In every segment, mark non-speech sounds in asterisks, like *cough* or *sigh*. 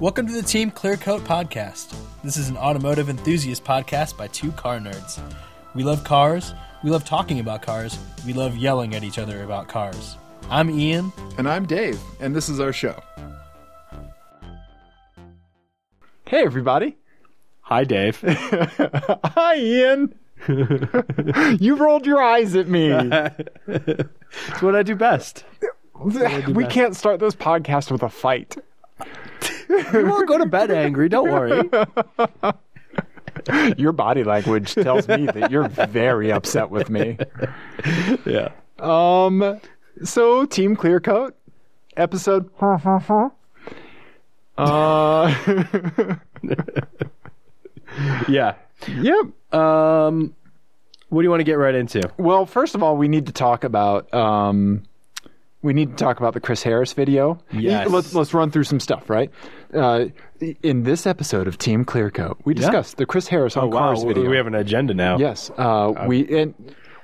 Welcome to the Team Clearcoat Podcast. This is an automotive enthusiast podcast by two car nerds. We love cars, we love talking about cars, we love yelling at each other about cars. I'm Ian. And I'm Dave, and this is our show. Hey, everybody. Hi, Dave. *laughs* Hi, *laughs* Ian. you rolled your eyes at me. It's what I do best. we can't start this podcast with a fight. You won't go to bed angry. Don't worry. *laughs* Your body language tells me that you're very upset with me. Yeah. Um, so Team Clearcoat episode. *laughs* uh, *laughs* Yeah. yep. Um, what do you want to get right into? Well, first of all, we need to talk about um, we need to talk about the Chris Harris video. Yes. Let's let's run through some stuff, right? Uh, in this episode of Team Clearcoat, we discussed the Chris Harris on cars video. Oh, we have an agenda now. yes, uh, we and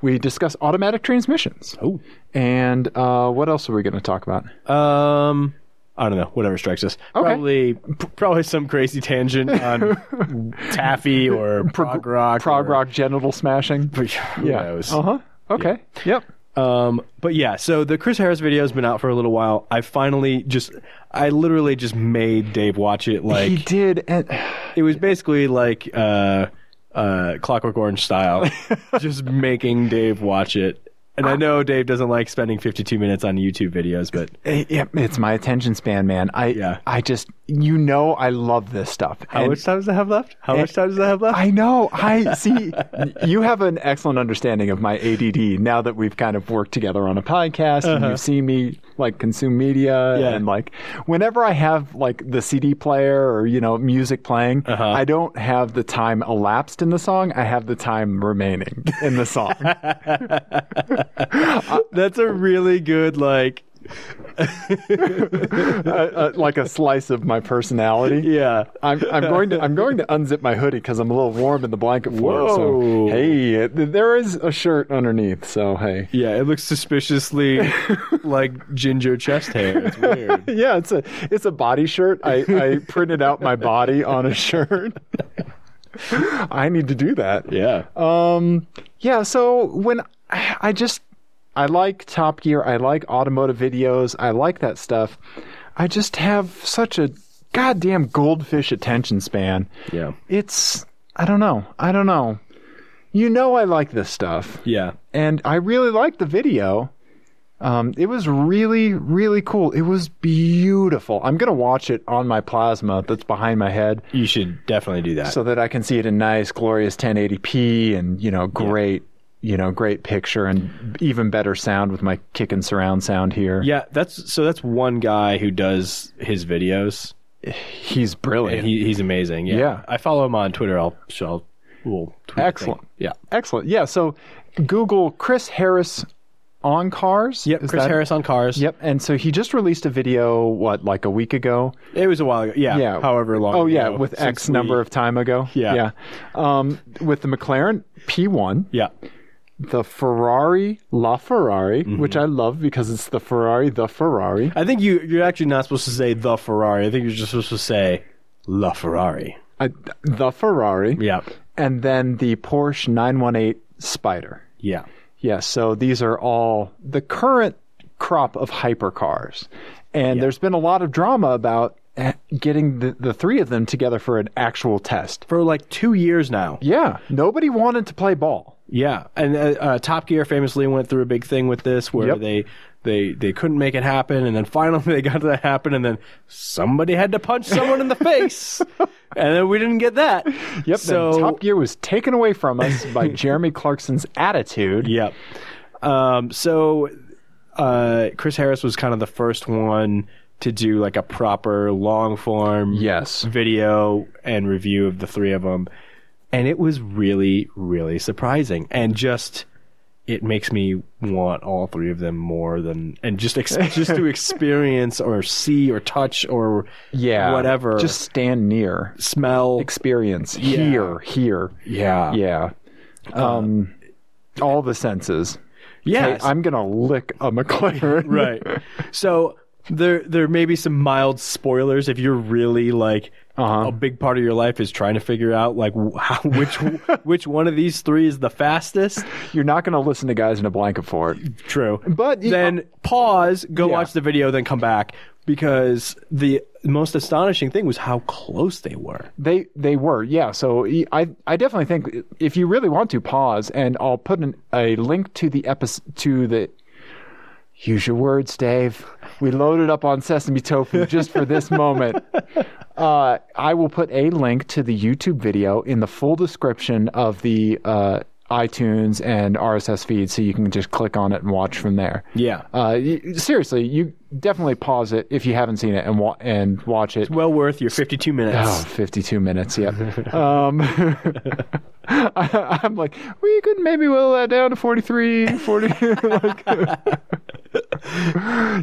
we discuss automatic transmissions. Oh. And uh, what else are we going to talk about? Um, I don't know. Whatever strikes us. Probably, p- probably some crazy *laughs* tangent on taffy or prog rock. Prog or- rock genital smashing. *laughs* Who knows? Uh huh. Okay. Yep. Um, but yeah, so the Chris Harris video has been out for a little while. I finally just, I literally just made Dave watch it. Like he did, and it was basically like uh, uh, Clockwork Orange *laughs* style, just making Dave watch it. And I know Dave doesn't like spending 52 minutes on YouTube videos, but it, it- eh, it's my attention span, man. I Yeah. I just you know I love this stuff. how and- much time does I have left? How much time does I have left? I know. I see. you have an excellent understanding of my ADD now that we've kind of worked together on a podcast and you've seen me like consume media Uh-huh. Yeah. and like whenever I have like the CD player or you know music playing, Uh-huh. I don't have the time elapsed in the song. I have the time remaining in the *laughs* song. Uh, That's a really good like. uh, like a slice of my personality. Yeah. I'm, I'm going to I'm going to unzip my hoodie because I'm a little warm in the blanket for it. So Whoa. hey, it, there is a shirt underneath. So hey, Yeah, it looks suspiciously *laughs* like ginger chest hair. It's *laughs* weird. yeah, it's a it's a body shirt. I, I printed out my body on a shirt. I need to do that. Yeah. Um, yeah. So when I I just I like Top Gear, I like automotive videos, I like that stuff. I just have such a goddamn goldfish attention span. Yeah. It's I don't know. I don't know. You know I like this stuff, Yeah. and I really liked the video. Um, it was really, really cool. It was beautiful. I'm gonna watch it on my plasma that's behind my head You should definitely do that. so that I can see it in nice, glorious 1080p and you know, great, you know, great picture and even better sound with my kick and surround sound here. yeah, that's so that's one guy who does his videos. he's brilliant. And he, he's amazing. Yeah. Yeah. I follow him on Twitter. I'll, I'll we'll tweet the thing. Excellent. Yeah. Excellent. Yeah. So, Google Chris Harris on cars. Yep. Is Chris that- Harris on cars. Yep. And so he just released a video, what, like a week ago? It was a while ago. Yeah. Yeah. However long. Oh, yeah, ago, with since X number we- of time ago. Yeah. Yeah. Um, with the McLaren P1. Yeah. the Ferrari La Ferrari, Mm-hmm. which I love because it's the Ferrari the Ferrari. I think you you're actually not supposed to say the Ferrari. I think you're just supposed to say La Ferrari. I, the Ferrari. Yeah. And then the Porsche 918 Spider. Yeah. Yes, so these are all the current crop of hypercars. And there's been a lot of drama about eh, getting the, the three of them together for an actual test. For like two years now. Yeah, nobody wanted to play ball. Yeah, and uh, uh, Top Gear famously went through a big thing with this, where Yep. they they they couldn't make it happen, and then finally *laughs* they got that happen, and then somebody had to punch someone *laughs* in the face, and then we didn't get that. Yep, so, So Top Gear was taken away from us *laughs* by Jeremy Clarkson's attitude. Yep. Um, so uh, Chris Harris was kind of the first one to do like a proper long form Yes. video and review of the three of them, and it was really really surprising and just it makes me want all three of them more than and just ex- just *laughs* to experience or see or touch or Yeah. whatever Just stand near. smell experience here here yeah yeah um all the senses *laughs* yeah Hey, i'm gonna lick a mclaren right. So there there may be some mild spoilers if you're really like Uh-huh. a big part of your life is trying to figure out like wh- *laughs* how, which which one of these three is the fastest. You're not going to listen to guys in a blanket for it. True. But, you then know- pause, go Yeah. watch the video, then come back because the most astonishing thing was how close they were. They they were yeah. So e- I I definitely think if you really want to pause, and I'll put an, a link to the episode to the. Use your words, Dave. We loaded up on sesame tofu just for this moment. Uh, I will put a link to the YouTube video in the full description of the uh, iTunes and RSS feed, so you can just click on it and watch from there. Yeah. Uh, y- seriously, you definitely pause it if you haven't seen it and wa- and watch it. Well worth your 52 minutes. Oh, 52 minutes, yeah. *laughs* um, *laughs* I, I'm like, we could maybe whittle that down to 43, 40. *laughs* like,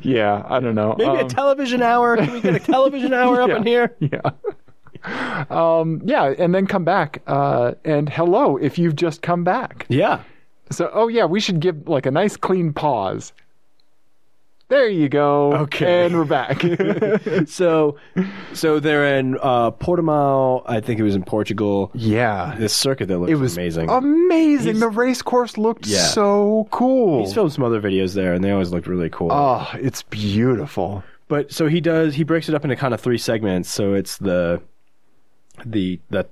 yeah, I don't know. Maybe Um, a television hour. Can we get a television hour *laughs* up Yeah. in here? um, yeah, and then come back. Uh, and hello if you've just come back. Yeah. So, oh, yeah, we should give like a nice clean pause. There you go. Okay. And we're *laughs* back. So, so they're in uh, Portimao. I think it was in Portugal. yeah. This circuit that looks It was amazing. Amazing. the race course looked Yeah. so cool. He's filmed some other videos there, and they always looked really cool. Oh, it's beautiful. but so he does. He breaks it up into kind of three segments. So it's the the the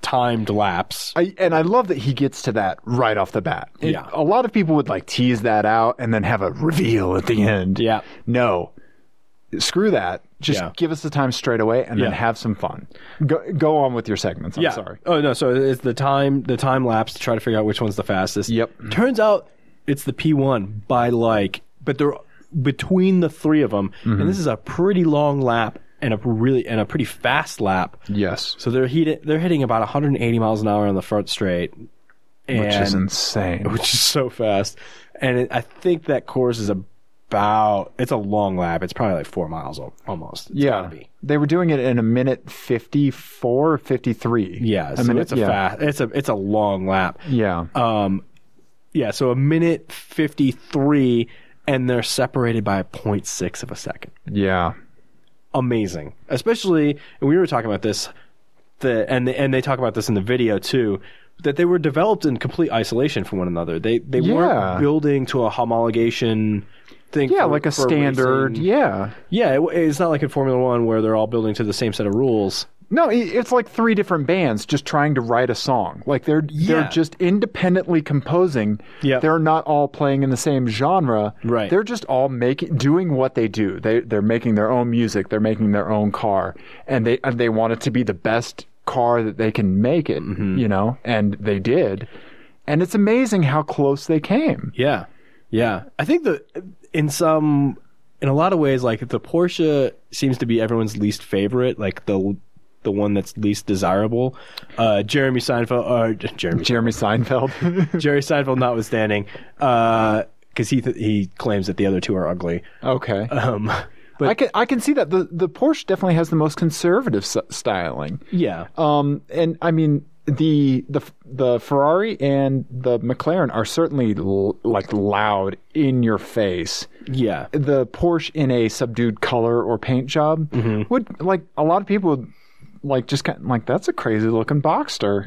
timed lapse. I, and I love that he gets to that right off the bat. It- Yeah. A lot of people would like tease that out and then have a *laughs* reveal at the end. Yeah. No. Screw that. Just Yeah. give us the time straight away and then Yeah. have some fun. Go, go on with your segments. I'm yeah. sorry. Oh no. So it's the time the time lapse to try to figure out which one's the fastest. Yep. Turns out it's the P1 by like, but they're between the three of them, Mm-hmm. and this is a pretty long lap and a really and a pretty fast lap. Yes. So they're heat- they're hitting about 180 miles an hour on the front straight, and, Which is insane. *laughs* which is so fast. And it, I think that course is about it's a long lap. It's probably like four miles al- almost. It's yeah. gotta be. They were doing it in a minute 54, 53. yeah. A So minute- it's a yeah. fast. It's a it's a long lap. Yeah. Um, yeah. So a minute 53, and they're separated by 0.6 of a second. yeah. amazing. Especially, and we were talking about this, the and the, and they talk about this in the video too, that they were developed in complete isolation from one another. They they Yeah. weren't building to a homologation thing. Yeah, for- like a for standard. racing. Yeah. Yeah, it- it's not like in Formula One where they're all building to the same set of rules. No, i- it's like three different bands just trying to write a song. Like they're Yeah. they're just independently composing. Yep. They're not all playing in the same genre. Right. They're just all making doing what they do. They they're making their own music, they're making their own car and they and they want it to be the best car that they can make it, Mm-hmm. you know? And they did. And it's amazing how close they came. Yeah, yeah. I think the in some in a lot of ways, like the Porsche seems to be everyone's least favorite, like the the one that's least desirable. Uh, Jeremy Seinfeld, or Jeremy Jeremy Seinfeld. *laughs* Jerry Seinfeld notwithstanding, because he th- he claims that the other two are ugly. okay. Um, but I can I can see that the the Porsche definitely has the most conservative s- styling. yeah, Um, and I mean the the the Ferrari and the McLaren are certainly l- like loud in your face. yeah, The Porsche in a subdued color or paint job Mm-hmm. would like a lot of people would like just kind like that's a crazy looking *laughs* Boxster.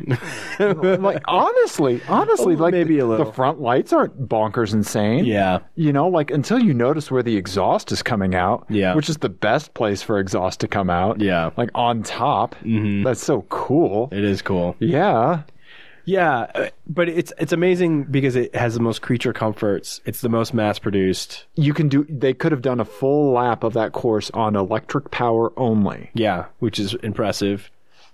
like honestly, honestly, Oh, like maybe a the- little. the front lights aren't bonkers insane. yeah, You know, like until you notice where the exhaust is coming out, Yeah. which is the best place for exhaust to come out, Yeah. like on top. Mm-hmm. That's so cool. it is cool. Yeah. Yeah, uh, but it's it's amazing because it has the most creature comforts. It's the most mass produced. You can do, they could have done a full lap of that course on electric power only. Yeah, which is impressive,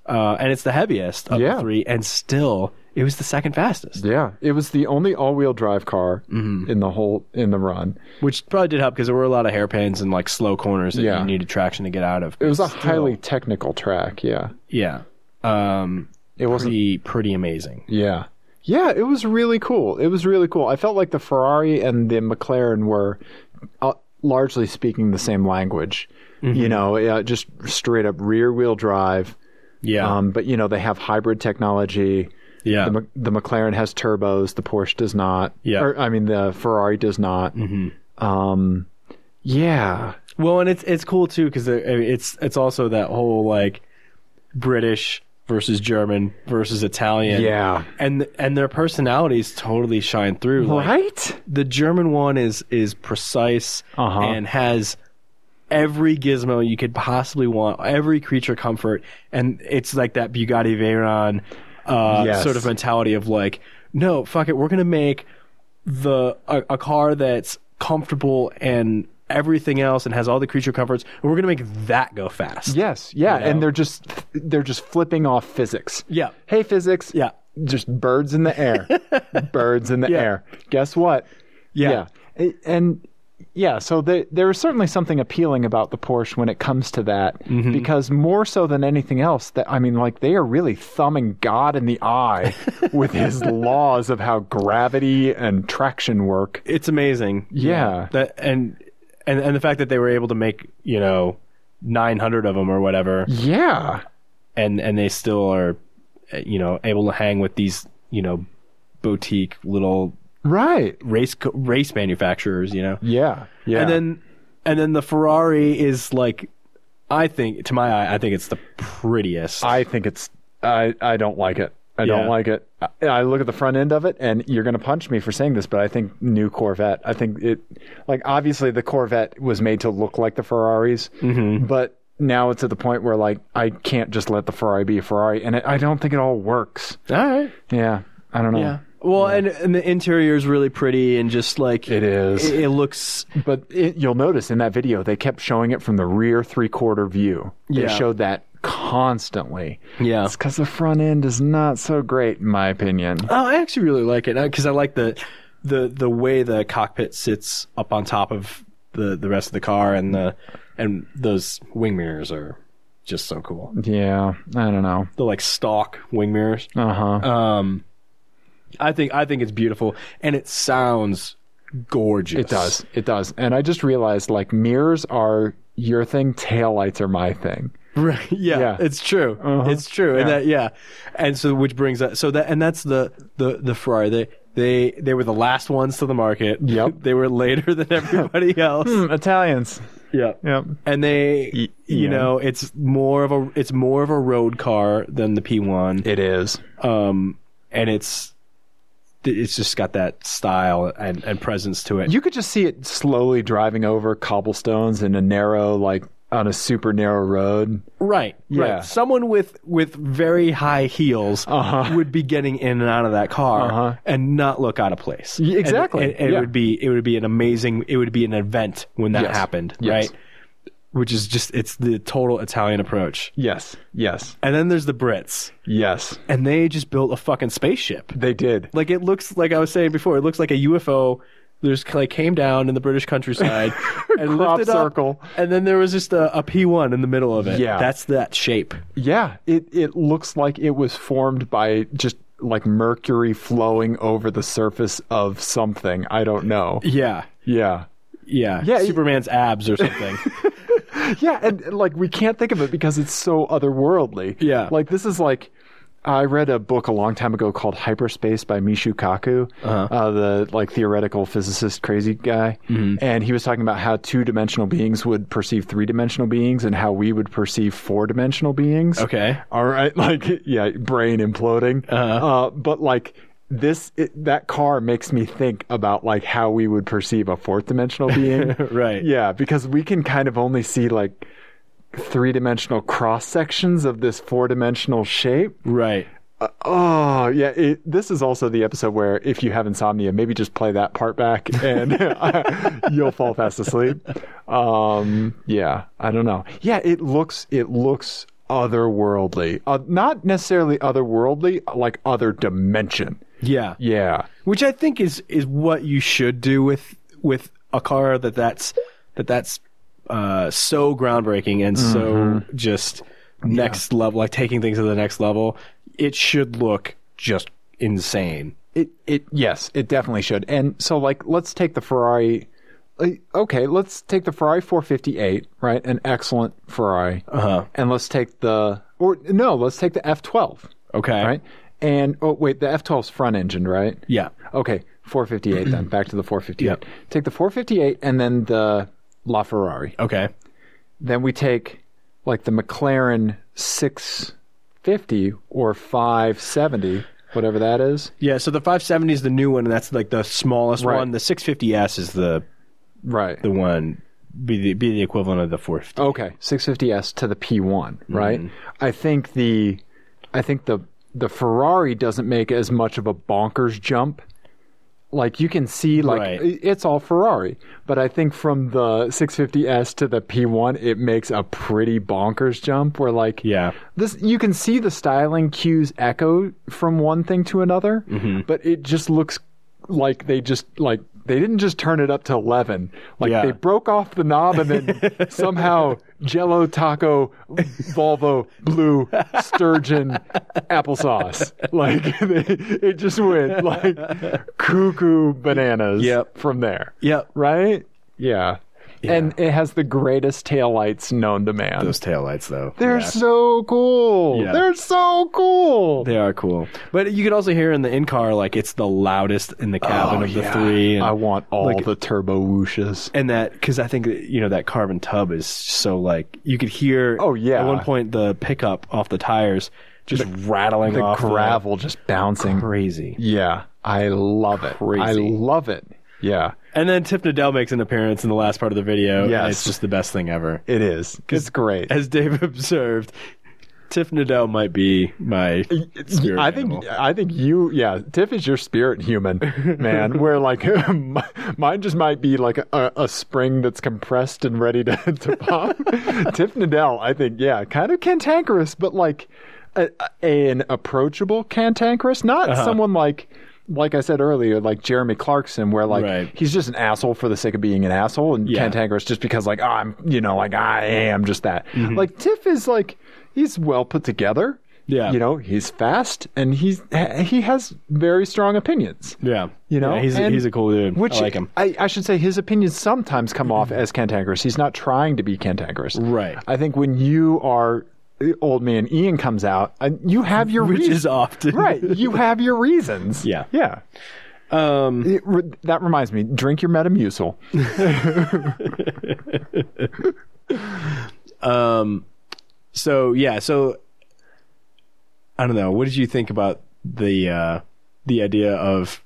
uh, and it's the heaviest of Yeah. the three, and still it was the second fastest, Yeah. It was the only all wheel drive car Mm-hmm. in the whole, in the run. which probably did help because there were a lot of hairpins and like slow corners that Yeah. you needed traction to get out of. It was a Still, highly technical track. Yeah. yeah, um, It wasn't, pretty pretty amazing. yeah. Yeah. It was really cool. It was really cool. I felt like the Ferrari and the McLaren were uh, largely speaking the same language. Mm-hmm. You know, uh, just straight up rear wheel drive. Yeah, Um, but, you know, they have hybrid technology. yeah. the, Mc- the McLaren has turbos. The Porsche does not. Yeah. Or, Mm-hmm. I mean, the Ferrari does not. Um, yeah. Well, and it's it's cool too because it's it's also that whole like British versus German versus Italian. Yeah. and and their personalities totally shine through. Like, Right? the German one is is precise Uh-huh. and has every gizmo you could possibly want, every creature comfort, and it's like that Bugatti Veyron uh, Yes. sort of mentality of like, no, fuck it, we're gonna make the a, a car that's comfortable and everything else and has all the creature comforts, and we're gonna make that go fast. Yes. Yeah. know? And they're just they're just flipping off physics. Yeah. Hey physics. Yeah. Just birds in the *laughs* air. birds in the air. Guess what? Yeah. Yeah. A- And yeah, so the, there is certainly something appealing about the Porsche when it comes to that, Mm-hmm. because more so than anything else, that I mean, like they are really thumbing God in the *laughs* eye with his laws of how gravity and traction work. it's amazing. Yeah. That and and and the fact that they were able to make you know 900 of them or whatever, Yeah, and and they still are, uh, you know, able to hang with these you know boutique little right. race co- race manufacturers, you know. Yeah, yeah. And then and then the Ferrari is like, I think to my eye, I think it's the prettiest. I think it's I I don't like it. I Yeah. don't like it. I, I look at the front end of it, and you're going to punch me for saying this, but I think new Corvette. I think it, like obviously the Corvette was made to look like the Ferraris, Mm-hmm. but now it's at the point where like I can't just let the Ferrari be a Ferrari, and it, I don't think it all works. All right. Yeah, I don't know. Yeah. Well, and, and the interior is really pretty and just like It is. It, it looks But it, you'll notice in that video they kept showing it from the rear three quarter view. Yeah. They showed that constantly. yeah. It's because the front end is not so great, in my opinion. Oh, I actually really like it because I like the the the way the cockpit sits up on top of the the rest of the car, and the and those wing mirrors are just so cool. Yeah, I don't know. They're like stock wing mirrors. Uh huh. Um, I think I think it's beautiful, and it sounds gorgeous. It does. It does. And I just realized like mirrors are your thing, taillights are my thing. *laughs* Right. Yeah, Yeah. Uh-huh. It's true. It's true. And Yeah. that yeah. And so which brings that so that and that's the the the Ferrari. They they they were the last ones to the market. Yep. *laughs* they were later *laughs* than everybody else. Mm, Italians. Yeah. Yep. and they you yeah. know it's more of a it's more of a road car than the P1 It is. um and it's it's just got that style and, and presence to it You could just see it slowly driving over cobblestones in a narrow, like on a super narrow road. right Yeah. right someone with with very high heels Uh-huh. would be getting in and out of that car Uh-huh. and not look out of place Y- exactly. and, and- and Yeah. it would be it would be an amazing it would be an event when that Yes. happened Yes. right which is just it's the total italian approach Yes. Yes. and then there's the brits Yes. and they just built a fucking spaceship They did. Like it looks like I was saying before, it looks like a UFO there's like came down in the British *laughs* countryside and Crop lifted up, circle. and then there was just a, a P one in the middle of it. Yeah. that's that shape. Yeah. It it looks like it was formed by just like mercury flowing over the surface of something. I don't know. Yeah, Yeah. yeah, Yeah, it- Superman's abs or *laughs* something. Yeah, and, and, like we can't think of it because it's so otherworldly. Yeah. Like this is like I read a book a long time ago called Hyperspace by Mishu Kaku, Uh-huh. uh the like theoretical physicist crazy guy, Mm-hmm. and he was talking about how two-dimensional beings would perceive three-dimensional beings and how we would perceive four-dimensional beings. okay, All right, *laughs* like yeah, brain imploding. Uh, but like this, it, that car makes me think about like how we would perceive a fourth dimensional being. Right. Yeah, because we can kind of only see like three dimensional cross sections of this four dimensional shape. right. Oh yeah, it, this is also the episode where if you have insomnia, maybe just play that part back and *laughs* you'll fall fast asleep. Um, yeah, I don't know. Yeah, it looks it looks otherworldly, uh, not necessarily otherworldly, like other dimension. Yeah. Yeah, which I think is is what you should do with with a car that that's that that's uh, so groundbreaking and so just next level, like taking things to the next level. It should look just insane. it it yes, it definitely should. And so like, let's take the Ferrari. uh, Okay, let's take the Ferrari 458, right? An excellent Ferrari. Uh-huh. And let's take the or no, let's take the F12. Okay. right? And oh wait, the F12's front engine, right? Yeah. Okay, 458 then. Back to the 458. Yep. Take the 458 and then the LaFerrari. Okay. Then we take like the McLaren 650 or 570, whatever that is. Yeah, so the 570 is the new one, and that's like the smallest Right. one. The 650S is the Right. the one be the be the equivalent of the 450. Okay, 650s to the P1, Mm-hmm. right? I think the I think the the Ferrari doesn't make as much of a bonkers jump. Like you can see like Right. i- it's all Ferrari, but I think from the 650s to the P1 it makes a pretty bonkers jump where like Yeah. this you can see the styling cues echo from one thing to another, Mm-hmm. but it just looks like they just like they didn't just turn it up to 11. Like Yeah. they broke off the knob and *laughs* then somehow jello taco volvo blue sturgeon applesauce. Like *laughs* they, it just went like cuckoo bananas Yep. from there. Yep. Right? Yeah. And it has the greatest taillights known to man. Those taillights, though. They're Yeah. so cool. Yeah. They're so cool. They are cool. But you can also hear in the in car, like, it's the loudest in the cabin of the three. And, Oh, I want all like- the turbo whooshes. and that, because I think, you know, that carbon tub is so, like, you could hear Oh, yeah. at one point the pickup off the tires just rattling The off gravel just bouncing. Crazy. yeah. I love it. I Crazy. love it. Yeah. And then Tiff Nadell makes an appearance in the last part of the video. Yeah, Yes. it's just the best thing ever. It is. It's great. As Dave *laughs* observed, Tiff Nadell might be my spirit I think animal. I think you yeah Tiff is your spirit human *laughs* man where like *laughs* my- mine just might be like a, a spring that's compressed and ready to, *laughs* to *laughs* pop Tiff Nadell I think yeah kind of cantankerous but like a, a- an approachable cantankerous not Uh-huh. someone like like I said earlier like Jeremy Clarkson where like Right. he's just an asshole for the sake of being an asshole and Yeah. cantankerous just because like oh, I'm you know like I am just that Mm-hmm. like Tiff is like he's well put together Yeah. you know he's fast and he's he has very strong opinions Yeah, you know Yeah, he's a, And- he's a cool dude. which I like him. I, I should say his opinions sometimes come off as cantankerous he's not trying to be cantankerous Right. i think when you are old man ian comes out and you have your Which reasons is *laughs* often right you have your reasons Yeah. yeah Um, It re- that reminds me drink your metamucil so yeah, so I don't know. What did you think about the uh, the idea of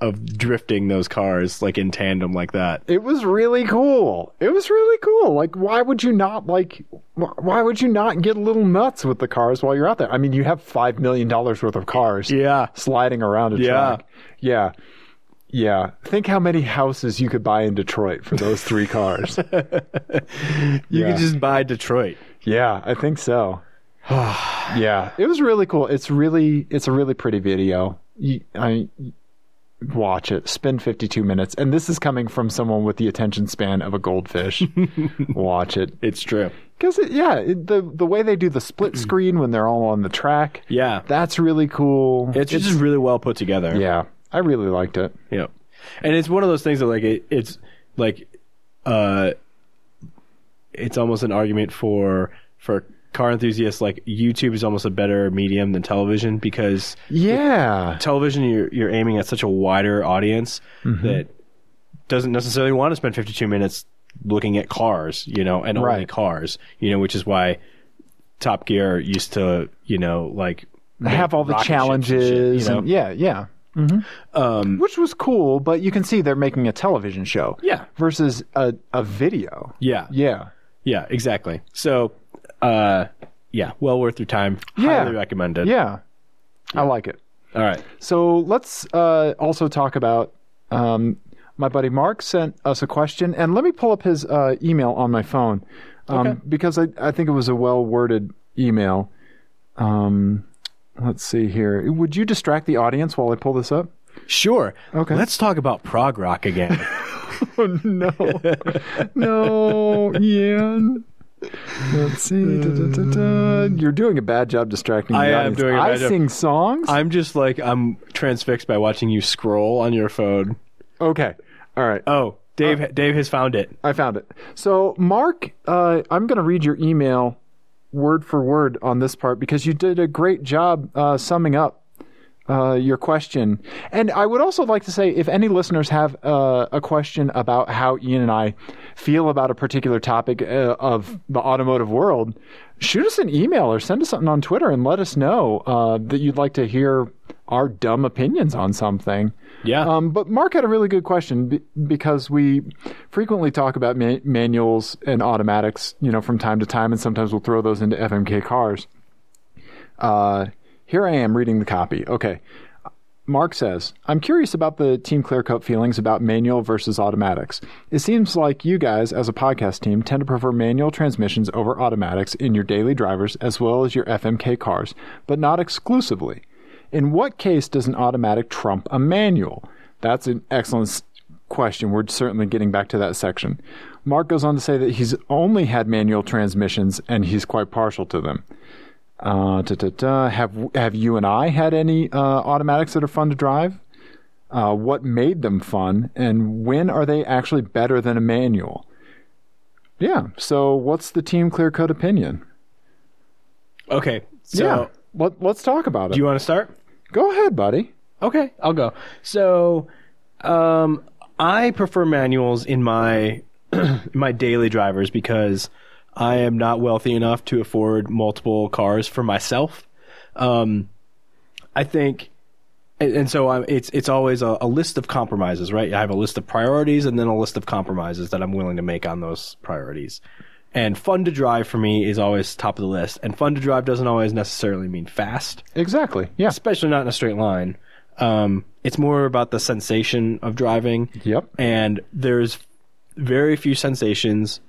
of drifting those cars like in tandem like that? it was really cool. It was really cool. Like, why would you not like? wh- Why would you not get a little nuts with the cars while you're out there? I mean, you have five million dollars worth of cars Yeah, sliding around a Yeah. track. Yeah, yeah. Think how many houses you could buy in Detroit for those three *laughs* cars. you Yeah. could just buy Detroit. yeah, I think so. *sighs* yeah, it was really cool. It's really, it's a really pretty video. You, I watch it. Spend 52 minutes, and this is coming from someone with the attention span of a *laughs* goldfish. watch it. It's true. Because it, yeah, it, the the way they do the *clears throat* split screen when they're all on the track, Yeah, that's really cool. it's, just really well put together. yeah, I really liked it. Yep. And it's one of those things that like it, it's like uh it's almost an argument for for car enthusiasts like YouTube is almost a better medium than television because Yeah, television you're you're aiming at such a wider audience Mm-hmm. that doesn't necessarily want to spend 52 minutes looking at cars, you know, and only Right. cars, you know, which is why Top Gear used to, you know, like have all the rocket ships and shit, challenges. you know? and- yeah, yeah. um, Mm-hmm. Which was cool, but you can see they're making a television show. Yeah. versus a a video. yeah. Yeah, Yeah, exactly. So, uh, yeah, well worth your time. Yeah. Highly recommended. yeah. I like it. All right. So let's uh, also talk about. Um, my buddy Mark sent us a question, and let me pull up his uh, email on my phone um, because I, I think it was a well worded email. Um, let's see here. Would you distract the audience while I pull this *laughs* up? Sure. Okay. Let's talk about prog rock again. *laughs* Oh, no. *laughs* no, Ian. Let's see. Da-da-da-da. You're doing a bad job distracting the Um, I am audience. doing a I bad job. sing songs? I'm just like, I'm transfixed by watching you scroll on your phone. okay. All right. Oh, Dave, Uh, Dave has found it. I found it. So, Mark, uh, I'm going to read your email word for word on this part because you did a great job uh, summing up uh, your question. And I would also like to say if any listeners have uh, a question about how Ian and I feel about a particular topic uh, of the automotive world, shoot us an email or send us something on Twitter and let us know uh, that you'd like to hear our dumb opinions on something. Yeah. Um, but Mark had a really good question b- because we frequently talk about ma- manuals and automatics, you know, from time to time, and sometimes we'll throw those into FMK cars. Uh, here I am reading the copy. Okay. Mark says, I'm curious about the Team Clearcoat feelings about manual versus automatics. It seems like you guys, as a podcast team, tend to prefer manual transmissions over automatics in your daily drivers as well as your FMK cars, but not exclusively. In what case does an automatic trump a manual? That's an excellent s- question. We're certainly getting back to that section. Mark goes on to say that he's only had manual transmissions and he's quite partial to them. Uh, da, da, da. Have have you and I had any uh, automatics that are fun to drive? Uh, what made them fun, and when are they actually better than a manual? Yeah. So, what's the team clear cut opinion? Okay. So, yeah. Let, let's talk about it. do you want to start? Go ahead, buddy. Okay, I'll go. So, um, I prefer manuals in my *clears throat* in my daily drivers because I am not wealthy enough to afford multiple cars for myself. Um, I think, and, and so I'm, it's it's always a, a list of compromises, right? I have a list of priorities and then a list of compromises that I'm willing to make on those priorities. And fun to drive for me is always top of the list. And fun to drive doesn't always necessarily mean fast Exactly. Yeah. especially not in a straight line. Um, it's more about the sensation of driving. Yep. And there's very few sensations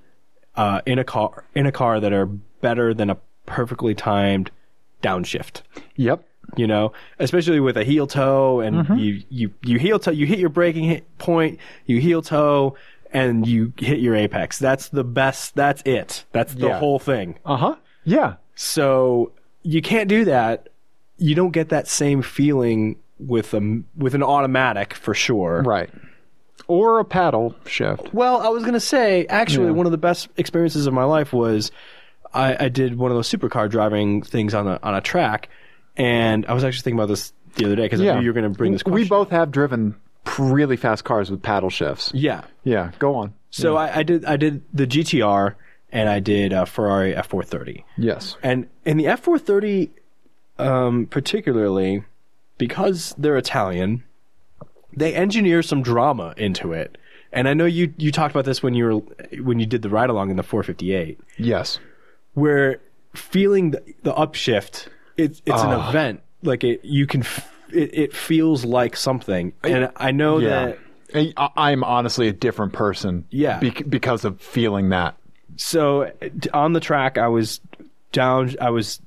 uh, in a car in a car that are better than a perfectly timed downshift. Yep. You know, especially with a heel toe, and Mm-hmm. you you you heel toe, you hit your braking hit point, you heel toe, and you hit your apex. That's the best. That's it. That's the Yeah. whole thing. Uh huh. Yeah. So you can't do that. You don't get that same feeling with a with an automatic for sure. Right. Or a paddle shift. Well, I was gonna say actually Yeah. one of the best experiences of my life was I, I did one of those supercar driving things on a on a track, and I was actually thinking about this the other day because I Yeah. knew you were gonna bring this question. We both have driven p- really fast cars with paddle shifts. yeah. Yeah. Go on. So I, I did I did the GTR and I did a Ferrari F430. Yes. And in the F430, um, particularly, because they're Italian, they engineer some drama into it. And I know you you talked about this when you were when you did the ride along in the 458, Yes. where feeling the, the upshift, it's it's an event. Like it, you can, f- it, it feels like something. And I know Yeah. that I- I, am honestly a different person. Yeah. bec- because of feeling that. so d- on the track i was down i was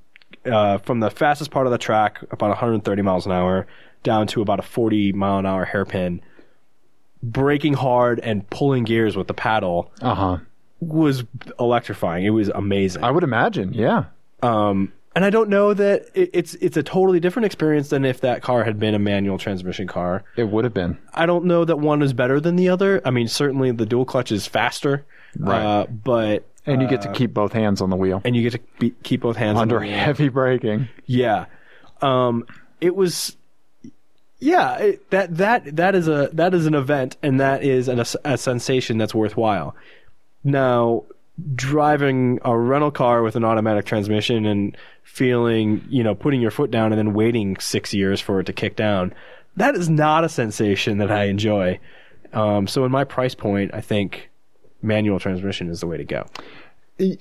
uh, from the fastest part of the track about 130 miles an hour down to about a 40 mile an hour hairpin braking hard and pulling gears with the paddle Uh huh. was electrifying it was amazing I would imagine. Yeah. um, and i don't know that it, it's it's a totally different experience than if that car had been a manual transmission car It would have been. I don't know that one is better than the other. I mean, certainly the dual clutch is faster, Right. uh, but And you get to keep both hands on the wheel and you get to be, keep both hands on under the wheel. heavy braking. Yeah. Um it was yeah, it, that that that is a that is an event and that is an, a sensation that's worthwhile. Now, driving a rental car with an automatic transmission and feeling, you know, putting your foot down and then waiting 6 years for it to kick down, that is not a sensation that I enjoy. Um so in my price point, I think manual transmission is the way to go.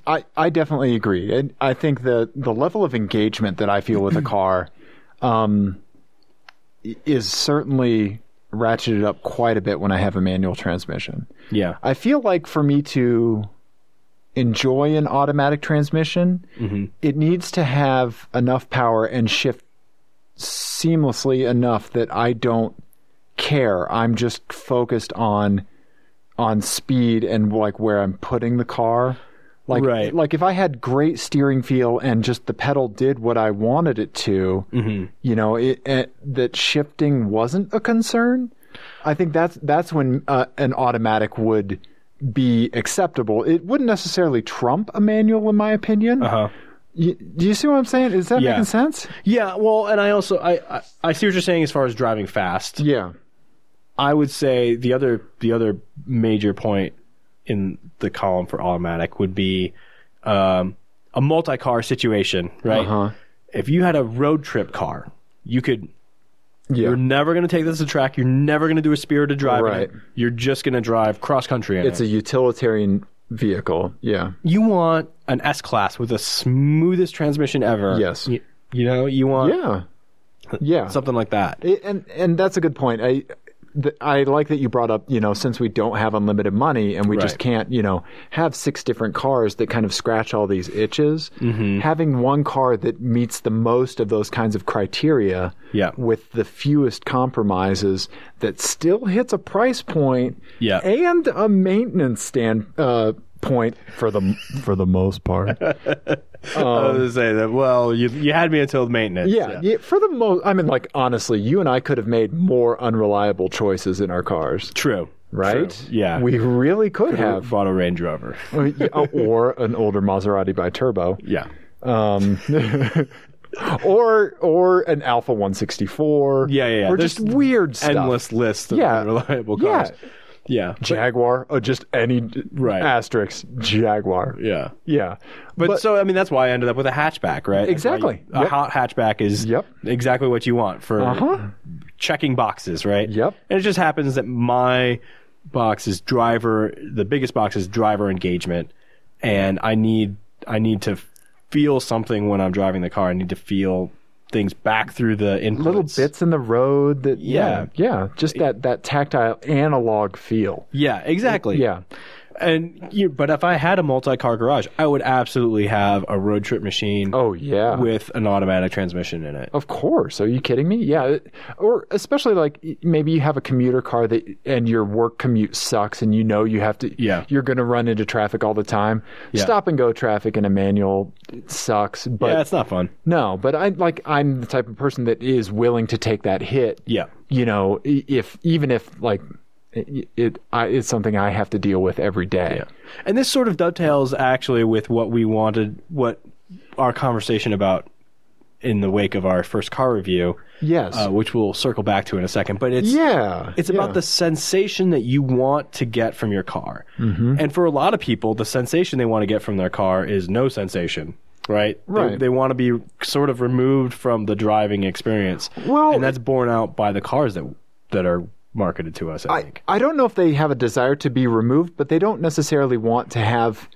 I, I definitely agree. And I think the, the level of engagement that I feel with a car um, i- is certainly ratcheted up quite a bit when I have a manual transmission. Yeah. I feel like for me to enjoy an automatic transmission, it needs to have enough power and shift seamlessly enough that I don't care. I'm just focused on on speed and like where I'm putting the car. Like Right. like if I had great steering feel and just the pedal did what I wanted it to, you know, it, it, that shifting wasn't a concern. I think that's that's when uh, an automatic would be acceptable. It wouldn't necessarily trump a manual, in my opinion. Uh-huh. You, do you see what I'm saying? Is that Yeah. making sense? Yeah, well, and I also I, I I see what you're saying as far as driving fast. Yeah. I would say the other the other major point in the column for automatic would be um, a multi car situation, right? Uh-huh. If you had a road trip car, you could Yeah. You're never going to take this to track. You're never going to do a spirited drive. in it. Right. You're just going to drive cross country. it's a utilitarian vehicle. Yeah. you want an S class with the smoothest transmission ever. Yes. You, you know you want Yeah. Yeah. something like that. It- and and that's a good point. I th- I like that you brought up. You know, since we don't have unlimited money and we just Right. can't, you know, have six different cars that kind of scratch all these itches. Mm-hmm. Having one car that meets the most of those kinds of criteria, Yeah. with the fewest compromises, that still hits a price point, Yeah. and a maintenance stand uh, point for the for the most *laughs* part. I was gonna say that. Well, you you had me until maintenance. Um, Yeah, yeah, for the most, I mean, like honestly, you and I could have made more unreliable choices in our cars, True. right? True. Yeah. we really could have *laughs* have, Uh, bought a Range Rover. or an older Maserati by turbo, Yeah. um, or or an Alpha 164. Yeah, yeah, yeah. or There's just weird stuff. Endless list of Yeah. reliable Yeah. cars. Yeah. Jaguar, or just any Right. asterisk Jaguar. Yeah. Yeah, But, so I mean that's why I ended up with a hatchback, right? That's why Exactly. you- a Yep. hot hatchback is Yep. Uh-huh. exactly what you want for checking boxes, right? Yep. And it just happens that my box is driver the biggest box is driver engagement and I need I need to feel something when I'm driving the car. I need to feel things back through the inputs. little bits in the road that Yeah. yeah, yeah, just that that tactile analog feel. Yeah, exactly. Yeah. And you, but if I had a multi-car garage, I would absolutely have a road trip machine Oh yeah. with an automatic transmission in it. Of course. Are you kidding me? Yeah. it- Or especially like y- maybe you have a commuter car that and your work commute sucks and you know you have to Yeah. you're going to run into traffic all the time. Yeah. Stop and go traffic in a manual sucks, but yeah, it's not fun. no, but I like I'm the type of person that is willing to take that hit. Yeah. You know, i- if even if like it, it I, it's something I have to deal with every day. Yeah. And this sort of dovetails actually with what we wanted, what our conversation about in the wake of our first car review, Yes. uh, which we'll circle back to in a second. But it's yeah. it's yeah. about the sensation that you want to get from your car. Mm-hmm. And for a lot of people, the sensation they want to get from their car is no sensation. Right, They- They, Right. want to be sort of removed from the driving experience. Well- and that's borne out by the cars that that are marketed to us. I I, think. I don't know if they have a desire to be removed, but they don't necessarily want to have.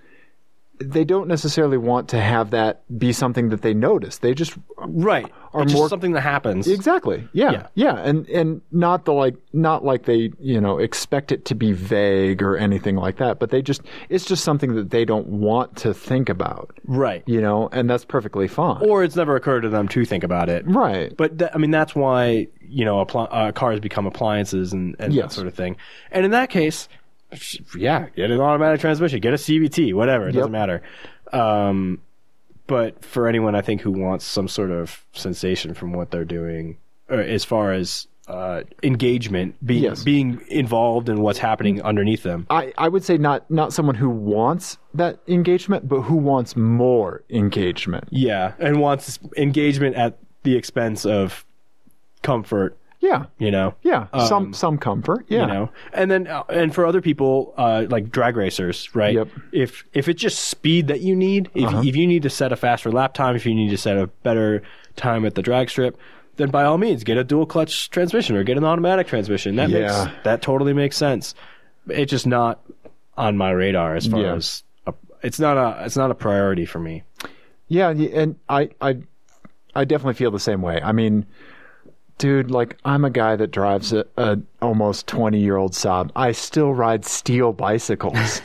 They don't necessarily want to have that be something that they notice. They just right, Are it's more- just something that happens. exactly, yeah, Yeah. yeah, and and not the like, not like they you know expect it to be vague or anything like that. But they just, it's just something that they don't want to think about, right, you know, and that's perfectly fine, or it's never occurred to them to think about it. right? But tha- I mean, that's why you know appli- uh, cars become appliances and, and that Yes. sort of thing. And in that case, sh- yeah, get an automatic transmission, get a CVT, whatever. It doesn't matter. Um, but for anyone, I think who wants some sort of sensation from what they're doing, or as far as uh, engagement, being Yes. being involved in what's happening underneath them. I, I would say not not someone who wants that engagement, but who wants more engagement. Yeah, and wants engagement at the expense of comfort. Yeah, You know. Yeah, Um, some some comfort. Yeah, you know and then uh, and for other people uh like drag racers right Yep. Uh-huh. if if it's just speed that you need if, if you need to set a faster lap time if you need to set a better time at the drag strip then by all means get a dual clutch transmission or get an automatic transmission that Yeah. makes that totally makes sense it's just not on my radar as far Yeah. as a, it's not a it's not a priority for me yeah, y- and I I I definitely feel the same way. I mean, dude, like I'm a guy that drives a, a almost 20 year old Saab. I still ride steel bicycles.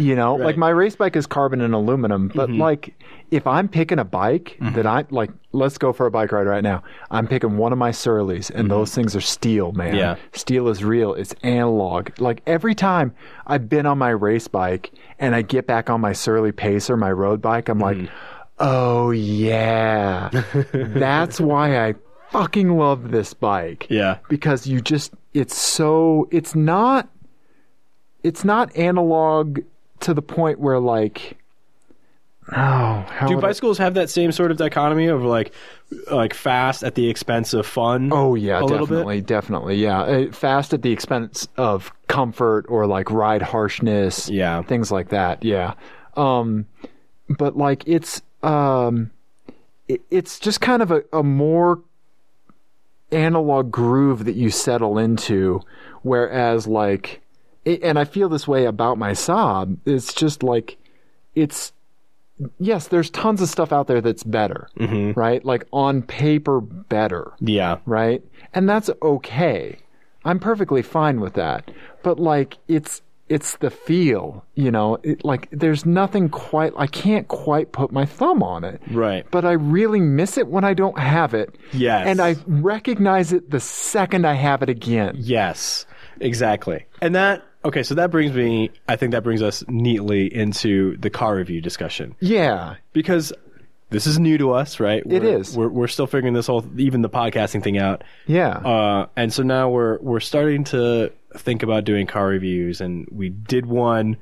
you know, like my race bike is carbon and aluminum, but like if I'm picking a bike that I like, let's go for a bike ride right now. I'm picking one of my Surleys, and those things are steel, man. Yeah. Steel is real. It's analog. Like every time I've been on my race bike and I get back on my Surly Pacer, my road bike, I'm like, oh yeah, that's why I fucking love this bike. Yeah. Because you just, it's so, it's not, it's not analog to the point where like, Oh, how Do would I- bicycles have that same sort of dichotomy of like, like fast at the expense of fun? Oh yeah, a little bit? definitely, definitely, yeah. Uh, Fast at the expense of comfort or like ride harshness, Yeah. things like that, yeah. Um, but like it's um, it, it's just kind of a, a more analog groove that you settle into, whereas like, it, and I feel this way about my sob. It's just like, it's yes, there's tons of stuff out there that's better, Mm-hmm. right? Like on paper, better Yeah. right? And that's okay. I'm perfectly fine with that. But like it's it's the feel, you know, it, like there's nothing quite I can't quite put my thumb on it. Right. But I really miss it when I don't have it. Yes. And I recognize it the second I have it again. Yes, exactly. And that okay, so that brings me I think that brings us neatly into the car review discussion Yeah. because this is new to us, right? We're, is. We're we're still figuring this whole even the podcasting thing out. Yeah. Uh, and so now we're we're starting to think about doing car reviews and we did one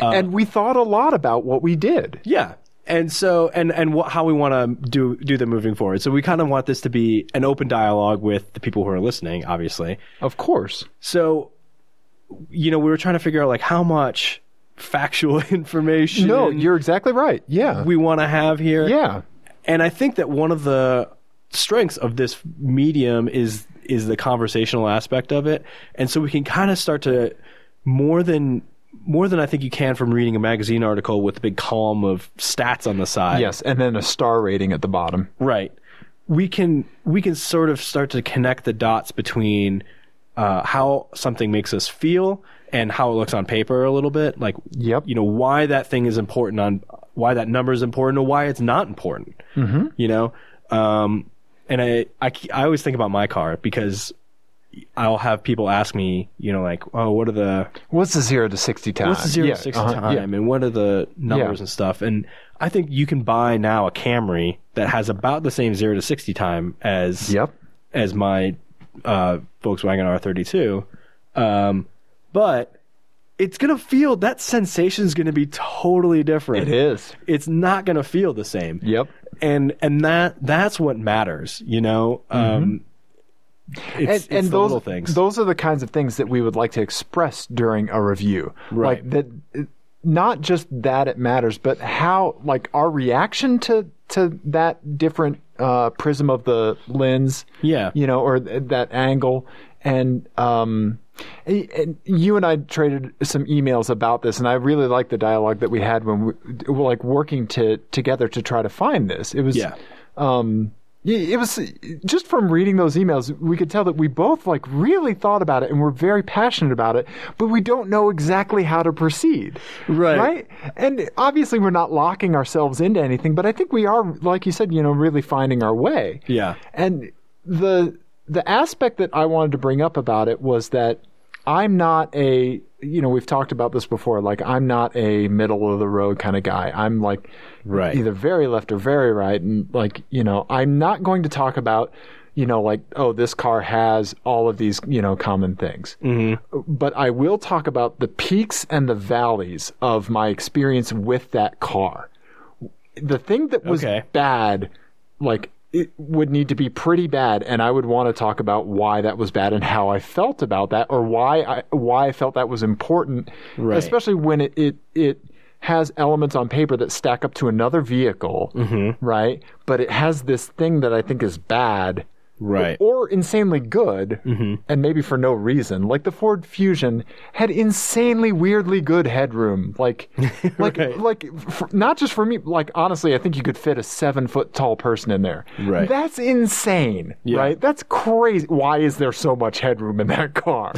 Uh, and we thought a lot about what we did. Yeah. And so and and what, how we want to do do them moving forward. So we kind of want this to be an open dialogue with the people who are listening, obviously. Of course. So, you know, we were trying to figure out like how much factual *laughs* information No, you're exactly right. Yeah. we want to have here. yeah. And I think that one of the strengths of this medium is is the conversational aspect of it. And so we can kind of start to more than more than I think you can from reading a magazine article with a big column of stats on the side. Yes, and then a star rating at the bottom. Right. We can we can sort of start to connect the dots between uh, how something makes us feel and how it looks on paper a little bit. Like, Yep. you know, why that thing is important on why that number is important or why it's not important. Mm-hmm. You know, um, and I, I ke- I always think about my car because I'll have people ask me, you know, like, oh, what are the What's the 0 to 60 time? What's the zero Yeah, to 6 uh-huh, time yeah. and what are the numbers Yeah. and stuff? And I think you can buy now a Camry that has about the same zero to sixty time as Yep. as my uh, Volkswagen R32, um, but it's gonna feel that sensation is gonna be totally different. It is. It's not gonna feel the same. Yep. And and that that's what matters. You know. Um, And, it's, Mm-hmm. and it's the those little things. those are the kinds of things that we would like to express during a review. Right. Like that not just that it matters, but how like our reaction to to that different uh, prism of the lens. Yeah. You know, or th- that angle and um y- and you and I traded some emails about this, and I really liked the dialogue that we had when we we were like working to together to try to find this. It was Yeah. um y- it was just from reading those emails we could tell that we both like really thought about it and were very passionate about it but we don't know exactly how to proceed Right. right and obviously we're not locking ourselves into anything but i think we are like you said you know really finding our way Yeah. and the the aspect that I wanted to bring up about it was that I'm not a you know we've talked about this before like I'm not a middle of the road kind of guy. I'm like Right. either very left or very right and like you know I'm not going to talk about you know like oh this car has all of these you know common things. Mm-hmm. But I will talk about the peaks and the valleys of my experience with that car the thing that was Okay. bad, like it would need to be pretty bad, and I would want to talk about why that was bad and how I felt about that, or why I why I felt that was important, Right. especially when it it, it has elements on paper that stack up to another vehicle, right? But it has this thing that I think is bad Right. Mm-hmm. or insanely good, and maybe for no reason. Like the Ford Fusion had insanely weirdly good headroom. *laughs* Like, like, like, f not just for me. Like, honestly, I think you could fit a seven foot tall person in there. Right. That's insane. Right. That's crazy. Why is there so much headroom in that *laughs* car?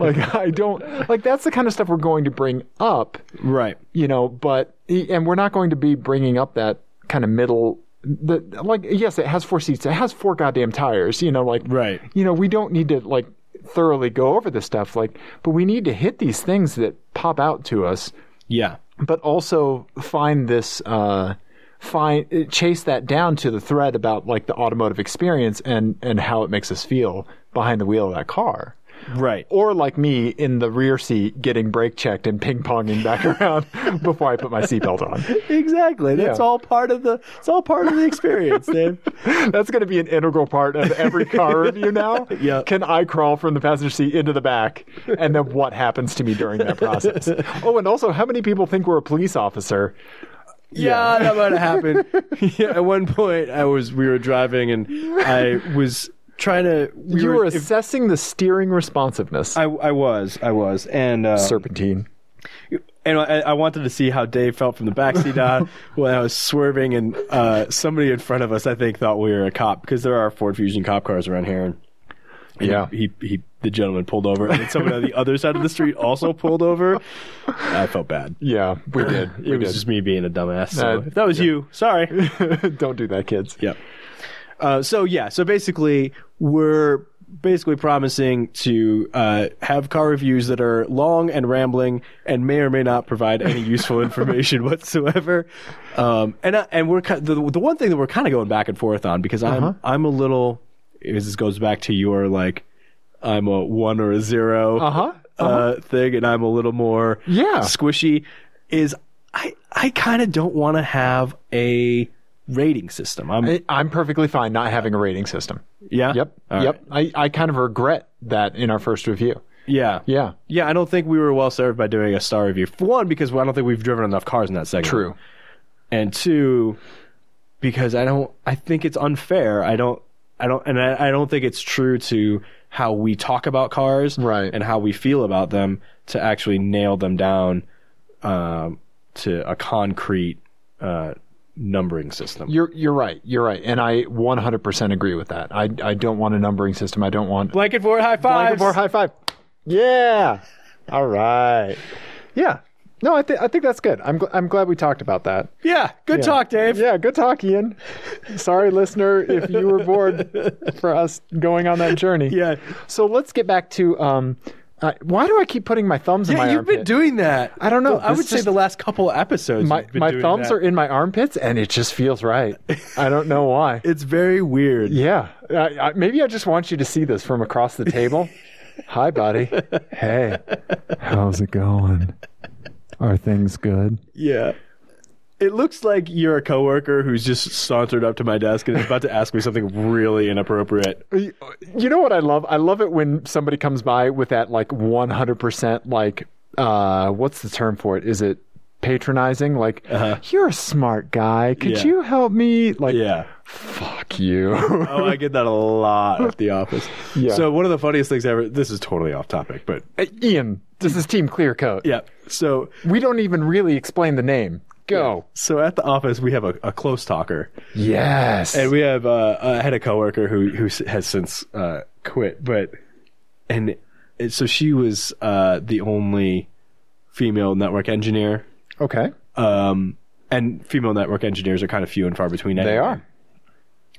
like, I don't. Like, that's the kind of stuff we're going to bring up Right. you know but and we're not going to be bringing up that kind of middle the like yes it has four seats it has four goddamn tires you know like Right. you know we don't need to like thoroughly go over this stuff like but we need to hit these things that pop out to us Yeah. but also find this uh find chase that down to the thread about like the automotive experience and and how it makes us feel behind the wheel of that car Right. Or like me in the rear seat getting brake checked and ping ponging back *laughs* around before I put my seatbelt on. Exactly. That's Yeah. all part of the. It's all part of the *laughs* experience, Dave. That's going to be an integral part of every car review *laughs* now. Yeah. Can I crawl from the passenger seat into the back? And then what happens to me during that *laughs* process? Oh, and also, how many people think we're a police officer? yeah, that might have *laughs* happened. yeah, at one point, I was we were driving and I was trying to. We you were if- assessing the steering responsiveness. I, I was I was and uh, Serpentine. and I, I wanted to see how Dave felt from the *laughs* backseat on when I was swerving and uh, somebody in front of us I think thought we were a cop because there are Ford Fusion cop cars around here and and Yeah. he, he the gentleman pulled over and then someone on the other side of the street also pulled over. I felt bad. Yeah, we *coughs* did. It We was just me being a dumbass. So Uh, if that was you, sorry. *laughs* did. Don't do that, kids. Yep. Uh, so yeah, so basically we're basically promising to uh, have car reviews that are long and rambling and may or may not provide *laughs* any useful information whatsoever. Um, and I, and we're kind the the one thing that we're kind of going back and forth on because I'm Uh-huh. I'm a little this goes back to your like I'm a one or a 0 Uh-huh. uh, thing, and I'm a little more Yeah. squishy. Is I I kind of don't want to have a rating system. I'm I- I'm perfectly fine not having a rating system. yeah. Yep. All yep. right. I, I kind of regret that in our first review. Yeah. Yeah. Yeah. I don't think we were well served by doing a star review. For one, because I don't think we've driven enough cars in that segment. True. And two, because I don't. I think it's unfair. I don't. I don't. And I, I don't think it's true to how we talk about cars. Right. And how we feel about them to actually nail them down um, to a concrete uh, numbering system. You're you're right. You're right. And I 100% agree with that. I I don't want a numbering system. I don't want Blanket for high Blanket fives. for a high five. Yeah. All right. Yeah. No, I think I think that's good. I'm gl- I'm glad we talked about that. yeah. Good talk, Dave. Yeah, good talk, Ian. Sorry, listener, if you were *laughs* bored for us going on that journey. Yeah. So let's get back to um. Uh, why do I keep putting my thumbs in Yeah, my you've armpit? been doing that. I don't know. I would This say just- the last couple of episodes. my you've been my doing thumbs that. are in my armpits, and it just feels *laughs* right. I don't know why. It's very weird. Yeah, I, I, maybe I just want you to see this from across the *laughs* table. Hi, buddy. Hey, how's it going? Are things good? Yeah. It looks like you're a coworker who's just sauntered up to my desk and is about to ask me something really inappropriate. You know what I love? I love it when somebody comes by with that like 100% like uh what's the term for it? Is it patronizing? Like you're a smart guy. Could Yeah. you help me? Like Yeah. fuck you. *laughs* Oh, I get that a lot at the office. Yeah. So one of the funniest things ever. This is totally off topic, but Ian, this is Team Clearcoat. yeah. So We don't even really explain the name. Go. so at the office we have a, a close talker. Yes. And we have uh, I had a coworker who who s- has since uh, quit, but and and so she was uh, the only female network engineer, okay. um, and female network engineers are kind of few and far between. They anyway. are.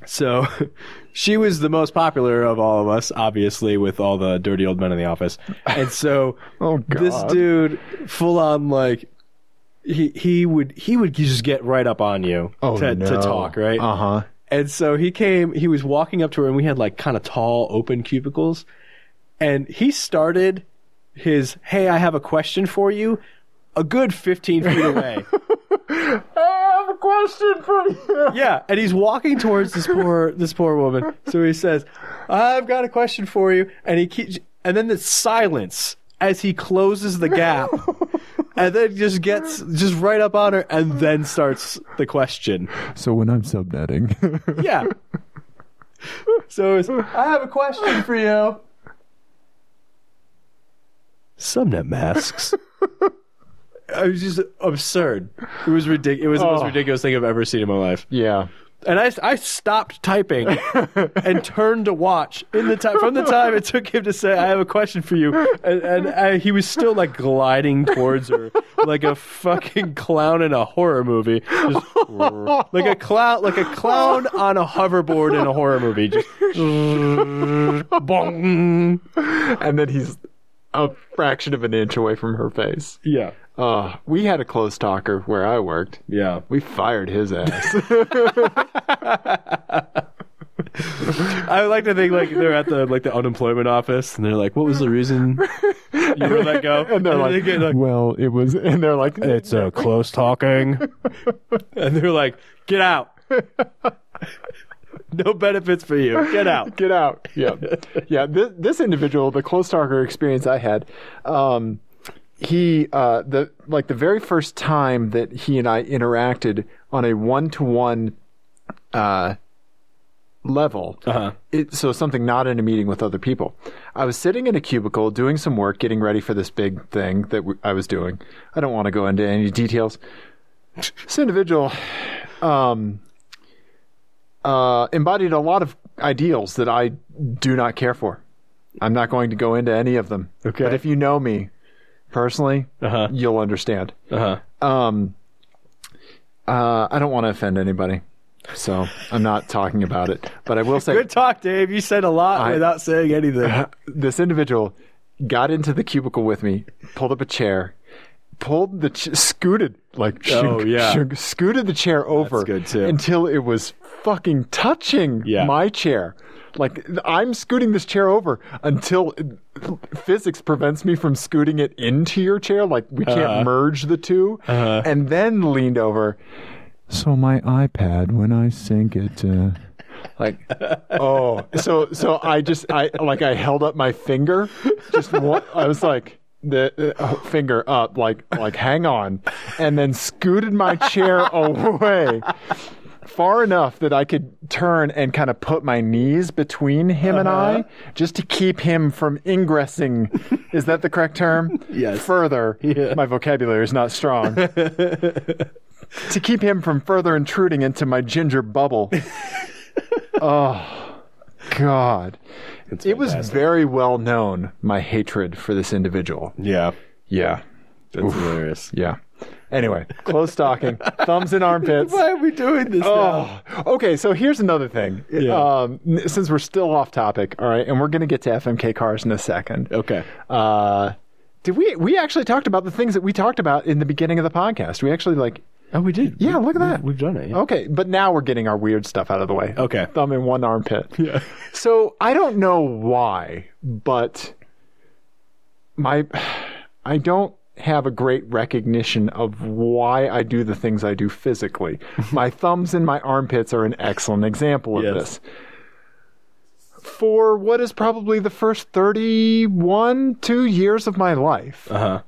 So *laughs* she was the most popular of all of us, obviously, with all the dirty old men in the office. And so *laughs* Oh, this God. dude full on like he he would he would just get right up on you Oh, to, to talk, right? Uh-huh. And so he came, he was walking up to her, and we had like kind of tall, open cubicles. And he started his, hey, I have a question for you, a good 15 feet away. I have a question for you. yeah. And he's walking towards this poor, this poor woman. So he says, I've got a question for you. And he keeps, and then the silence as he closes the gap. And then just gets just right up on her, and then starts the question. So when I'm subnetting. Yeah. So it was, I have a question for you. Subnet masks. *laughs* it was just absurd. It was ridiculous. It was the most Oh. ridiculous thing I've ever seen in my life. *laughs* yeah. And I, I stopped typing and turned to watch in the time from the time it took him to say, "I have a question for you," and, and I, he was still like gliding towards her like a fucking clown in a horror movie, Just- like a clown, like a clown on a hoverboard in a horror movie. Just, *laughs* *laughs* bong. and then he's a fraction of an inch away from her face. Yeah, Uh, we had a close talker where I worked. *laughs* yeah. We fired his ass. I would like to think like they're at the like the unemployment office and they're like, "What was the reason you were let go?" And they're like, they get, well, it was, *laughs* and they're like, "It's a close talking," *laughs* and they're like, "Get out." *laughs* no benefits for you. Get out. get *laughs* out. Yeah, yeah. This, this individual, the close talker experience I had, um, he uh, the like the very first time that he and I interacted on a one to one level. Uh-huh. It, so something not in a meeting with other people. I was sitting in a cubicle doing some work, getting ready for this big thing that w- I was doing. I don't want to go into any details. This individual um, uh, embodied a lot of ideals that I do not care for. I'm not going to go into any of them. Okay. But if you know me personally, Uh-huh. you'll understand. Uh-huh. Um, uh, I don't want to offend anybody, so I'm not talking about it. But I *laughs* will say, Good talk, Dave. You said a lot I- without saying *laughs* anything. this individual got into the cubicle with me, pulled up a chair, pulled the ch- scooted like Oh, shunk, yeah. shunk, scooted the chair over good, too. until it was fucking touching Yeah. my chair. Like I'm scooting this chair over until physics prevents me from scooting it into your chair. Like we can't Uh-huh. merge the 2 and then leaned over. So my iPad, when I sync it, uh... like, oh, so so I just I like I held up my finger, just one, I was like the uh, finger up, like like hang on, and then scooted my chair away far enough that I could turn and kind of put my knees between him and I, Uh-huh. just to keep him from ingressing. Is that the correct term? Yes. Further, Yeah. my vocabulary is not *laughs* strong. to keep him from further intruding into my ginger bubble. oh, God. It was very well known, my hatred for this individual. yeah. Yeah. That's hilarious. Yeah. Anyway, *laughs* close stocking, thumbs in armpits. Why are we doing this now? Oh, okay. So here's another thing. Yeah. Um, n- since we're still off topic, all right, and we're going to get to FMK cars in a second. Okay. Uh, did we we actually talked about the things that we talked about in the beginning of the podcast? We actually like Oh, we did. Yeah, We- look at that. We've done it. yeah. okay, but now we're getting our weird stuff out of the way. Okay. thumb in one armpit. *laughs* Yeah. So I don't know why, but my *sighs* I don't have a great recognition of why I do the things I do *laughs* physically. my thumbs and my armpits are an excellent example of Yes. this. For what is probably the first 31 2 years of my life. Uh-huh.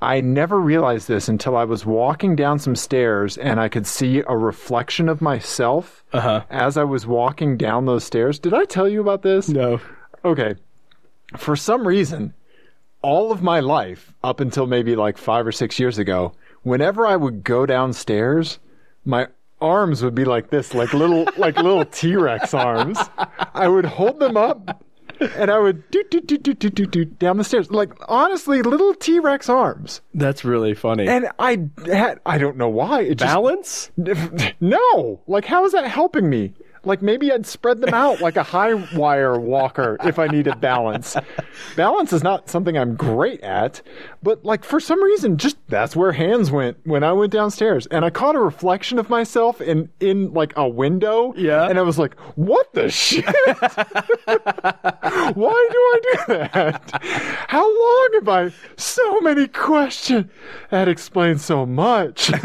I never realized this until I was walking down some stairs and I could see a reflection of myself Uh-huh. as I was walking down those stairs. Did I tell you about this? No. Okay. For some reason, all of my life, up until maybe like five or six years ago, whenever I would go downstairs, my arms would be like this, like little *laughs* like little T Rex arms. I would hold them up and I would do do do do do do do down the stairs. Like honestly, little T Rex arms. That's really funny. And I had I don't know why. It just Balance? *laughs* no. Like, how is that helping me? Like, maybe I'd spread them out like a high wire walker if I needed balance. Balance is not something I'm great at, but like for some reason, just that's where hands went when I went downstairs, and I caught a reflection of myself in in like a window. Yeah. and I was like, "What the shit? *laughs* Why do I do that? How long have I? So many questions. That explains so much." *laughs*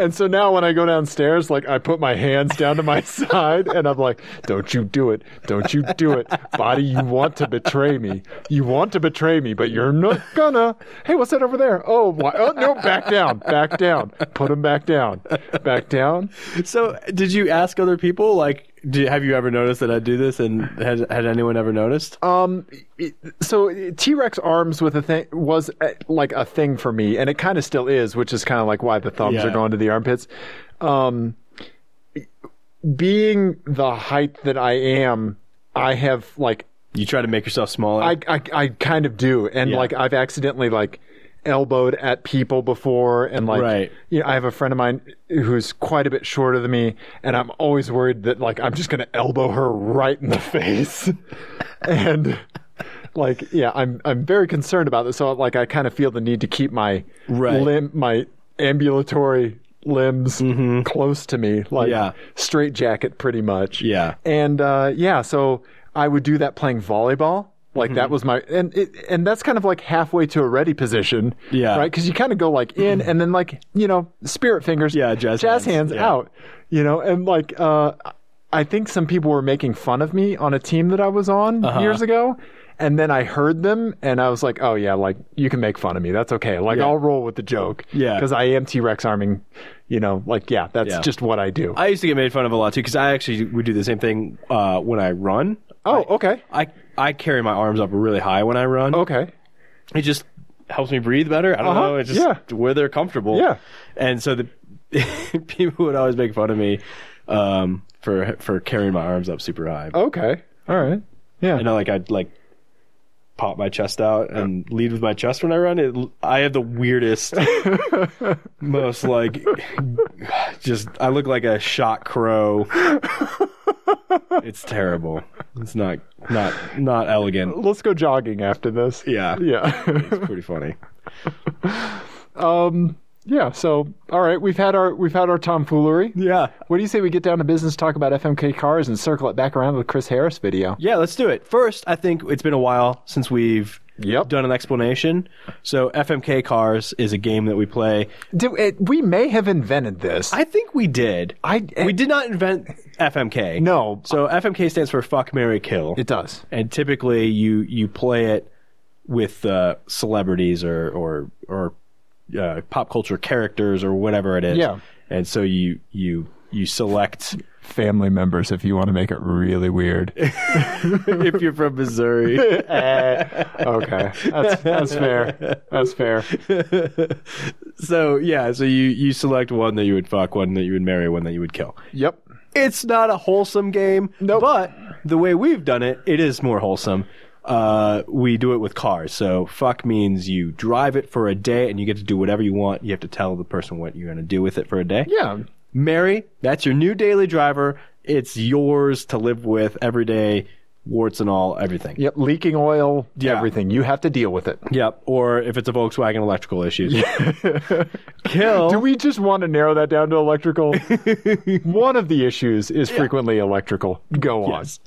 and so now when I go downstairs, like I put my hands down to my *laughs* side and I'm like, don't you do it. Don't you do it. Body, you want to betray me. You want to betray me, but you're not gonna. Hey, what's that over there? Oh, why? oh no, back down, back down. Put him back down, back down. So, did you ask other people? Like, do, have you ever noticed that I do this? And had, had anyone ever noticed? Um, it- so T Rex arms with a thing was uh, like a thing for me, and it kind of still is, which is kind of like why the thumbs Yeah. are going to the armpits. Um, being the height that I am, I have like You try to make yourself smaller. I I, I kind of do, and Yeah. like I've accidentally like elbowed at people before, and like Right. you know, I have a friend of mine who's quite a bit shorter than me, and I'm always worried that like I'm just gonna elbow her right in the *laughs* face, and like yeah, I'm I'm very concerned about this. So like I kind of feel the need to keep my Right. limb my ambulatory limbs close to me, like Mm-hmm. Yeah. straight jacket, pretty much. Yeah. And uh, yeah, so I would do that playing volleyball. Like Mm-hmm. that was my and it, and that's kind of like halfway to a ready position, Yeah. Mm-hmm. Right, because you kind of go like in and then like you know spirit fingers, Yeah, jazz hands, hands, yeah. out, you know, and like uh, I think some people were making fun of me on a team that I was on Uh-huh. years ago, and then I heard them and I was like, oh yeah, like you can make fun of me, that's okay, like Yeah. I'll roll with the joke, Yeah. because I am T Rex arming, you know, like yeah, that's Yeah. just what I do. I used to get made fun of a lot too because I actually would do the same thing uh, when I run. oh, okay, I I carry my arms up really high when I run. okay, It just helps me breathe better. I don't Oh. Uh-huh, know. It's just yeah. where they're comfortable. Yeah. And so the *laughs* people would always make fun of me um, for for carrying my arms up super high. okay, all right, yeah, And I like I'd like pop my chest out and lead with my chest when I run. It, I have the *laughs* weirdest, most like just I look like a shot crow. it's terrible. It's not not not elegant. let's go jogging after this. Yeah. Yeah. *laughs* It's pretty funny. yeah. So, all right, we've had our we've had our tomfoolery. Yeah. What do you say we get down to business, talk about FMK cars, and circle it back around with Chris Harris video? Yeah, let's do it. First, I think it's been a while since we've Yep. done an explanation. So FMK Cars is a game that we play. Do, it, we may have invented this. I think we did. eh I- we did not invent FMK. No. So FMK stands for Fuck Mary Kill. it does. and typically you you play it with uh, celebrities or or or uh, pop culture characters or whatever it is. Yeah. And so you you you select *laughs* Family members, if you want to make it really *laughs* weird. if you're *laughs* from Missouri. Eh, okay, that's that's fair. That's fair. so yeah, so you you select one that you would fuck, one that you would marry, one that you would kill. Yep. It's not a wholesome game, Nope. but the way we've done it, it is more wholesome. Uh, we do it with cars. So fuck means you drive it for a day and you get to do whatever you want. You have to tell the person what you're going to do with it for a day. Yeah. Mary, that's your new daily driver. It's yours to live with every day, warts and all, everything. Yep. Leaking oil. Yeah. Everything. You have to deal with it. Yep. Or if it's a Volkswagen, *laughs* electrical issues. Kill. Do we just want to narrow that down to *laughs* electrical? One of the issues is frequently electrical. Go on. Yes.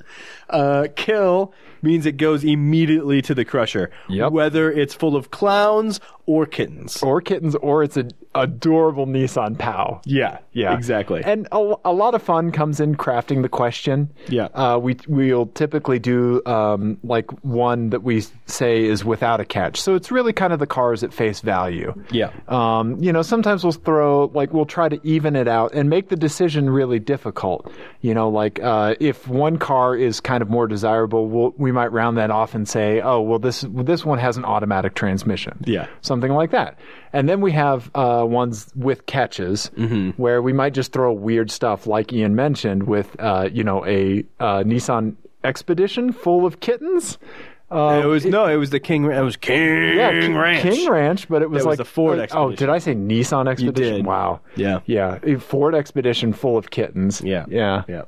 Uh, kill means it goes immediately to the crusher, Yep. whether it's full of clowns or kittens. or kittens, or it's an adorable Nissan POW. Yeah, Yeah, exactly. And a, a lot of fun comes in crafting the question. Yeah. uh, we we'll typically do um, like one that we say is without a catch, so it's really kind of the cars at face value. Yeah. Um, you know, sometimes we'll throw like we'll try to even it out and make the decision really difficult. You know, like uh, if one car is kind of more desirable, we'll, we might round that off and say, oh, well, this this one has an automatic transmission Yeah. something like that. And then we have uh, ones with catches where we might just throw weird stuff, like Ian mentioned, with uh, you know a uh, Nissan Expedition full of kittens. it was no, it was the King. It was King Ranch. uh, King Ranch, but it was That like was the Ford oh, Expedition. Oh, did I say Nissan Expedition? did. Wow. Yeah. yeah, a Ford Expedition full of kittens. Yeah. yeah, Yeah.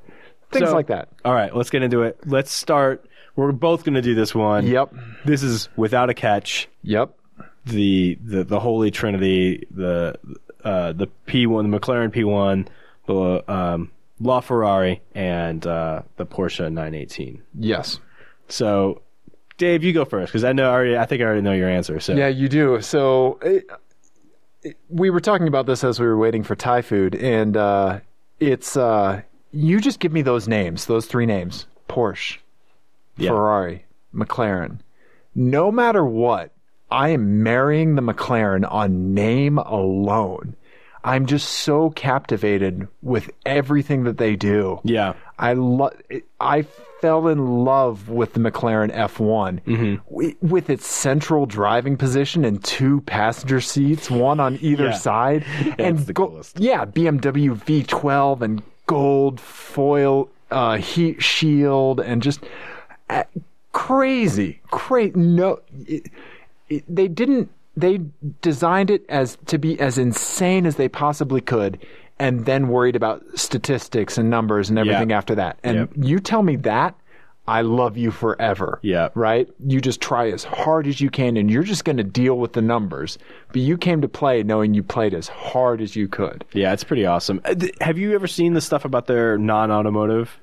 things So- like that. All right, let's get into it. Let's start. We're both going to do this one. Yep, This is without a catch. yep. The the the Holy Trinity. The uh the P one, the McLaren P one, the um LaFerrari, and uh the Porsche 918. Yes. So, Dave, you go first because I know I already. I think I already know your answer. So Yeah, you do. So it, it- we were talking about this as we were waiting for Thai food, and uh, it's uh, you just give me those names, those three names: Porsche, Yeah. Ferrari, McLaren. No matter what, I am marrying the McLaren on name alone. I'm just so captivated with everything that they do. yeah, I lo- I fell in love with the McLaren F1 Mm-hmm. W- with its central driving position and two passenger seats, one on either Yeah. *laughs* side, and the coolest. yeah, BMW V12 and gold foil uh, heat shield and just uh, crazy, crazy. No, it, it, they didn't. They designed it as to be as insane as they possibly could, and then worried about statistics and numbers and everything Yeah. after that. And Yep. you tell me that, I love you forever. Yeah. Right? You just try as hard as you can and you're just going to deal with the numbers. But you came to play knowing you played as hard as you could. Yeah, it's pretty awesome. Uh, th- Have you ever seen the stuff about their non-automotive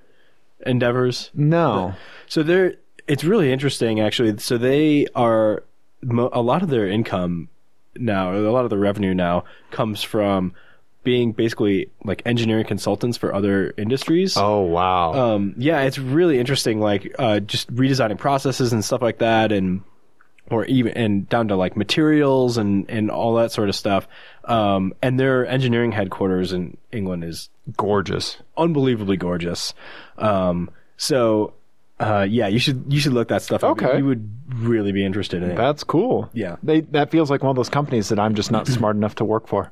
endeavors? No. So they're it's really interesting actually. So they are mo- a lot of their income now, a lot of the revenue now comes from being basically like engineering consultants for other industries. Oh, wow. Um, yeah, it's really interesting. Like uh, just redesigning processes and stuff like that, and or even and down to like materials and and all that sort of stuff. Um, and their engineering headquarters in England is Gorgeous. unbelievably gorgeous. Um, so uh, yeah, you should you should look that stuff up. Okay. You would really be interested in it. That's cool. Yeah. They, that feels like one of those companies that I'm just not smart enough to work for.